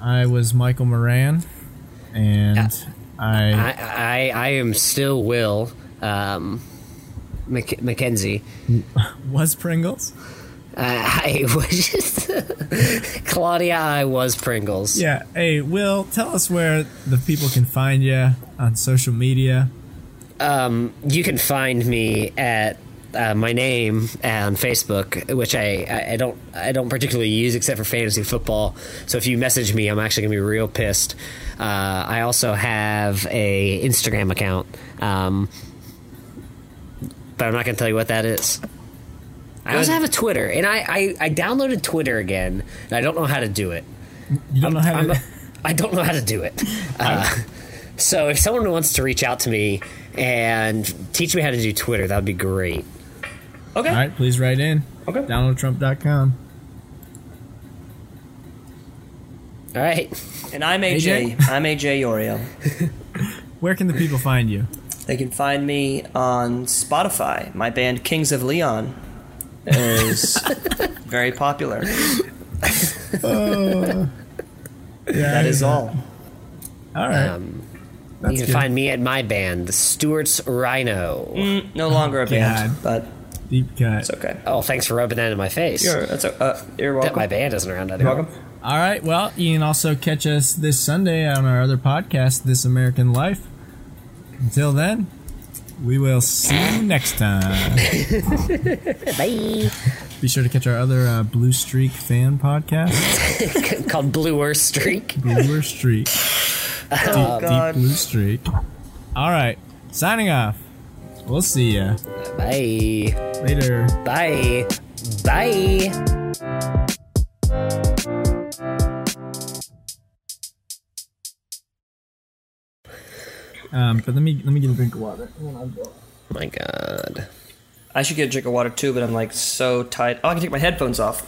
I was Michael Moran, and I, I, I I am still Will um, Mc, McKenzie. was Pringles. (laughs) I, I was just (laughs) Claudia. I was Pringles. Yeah. Hey, Will, tell us where the people can find you on social media. You can find me at uh, my name on Facebook, which I, I, I don't I don't particularly use except for fantasy football. So if you message me, I'm actually gonna be real pissed. Uh, I also have a Instagram account, um, but I'm not gonna tell you what that is. I also have a Twitter, and I, I, I downloaded Twitter again, and I don't know how to do it. You don't know how I'm to. a, I don't know how to do (laughs) it. Uh, so if someone wants to reach out to me and teach me how to do Twitter, that would be great. Okay. All right, please write in. Okay. DonaldTrump.com. All right. And I'm AJ. I'm AJ Oriel. Where can the people find you? They can find me on Spotify. My band Kings of Leon is very popular. That is all. All right. Um, you can good. find me at my band, the Stewart's Rhino. Mm, No longer a band, God. but Deep cut. it's okay. Oh, thanks for rubbing that in my face. You're, that's a, uh, you're that welcome. my band isn't around You're anymore. welcome. All right. Well, you can also catch us this Sunday on our other podcast, This American Life. Until then, we will see you next time. Bye. Be sure to catch our other uh, Blue Streak fan podcast, (laughs) Called Blue Earth Streak. Bluer Streak. Oh, Deep God. Blue Streak. All right. Signing off. We'll see ya Bye. later. Bye. Bye. Um, but let me let me get a drink of water. my God. Oh, I should get a drink of water too, but I'm like so tight. Oh, I can take my headphones off.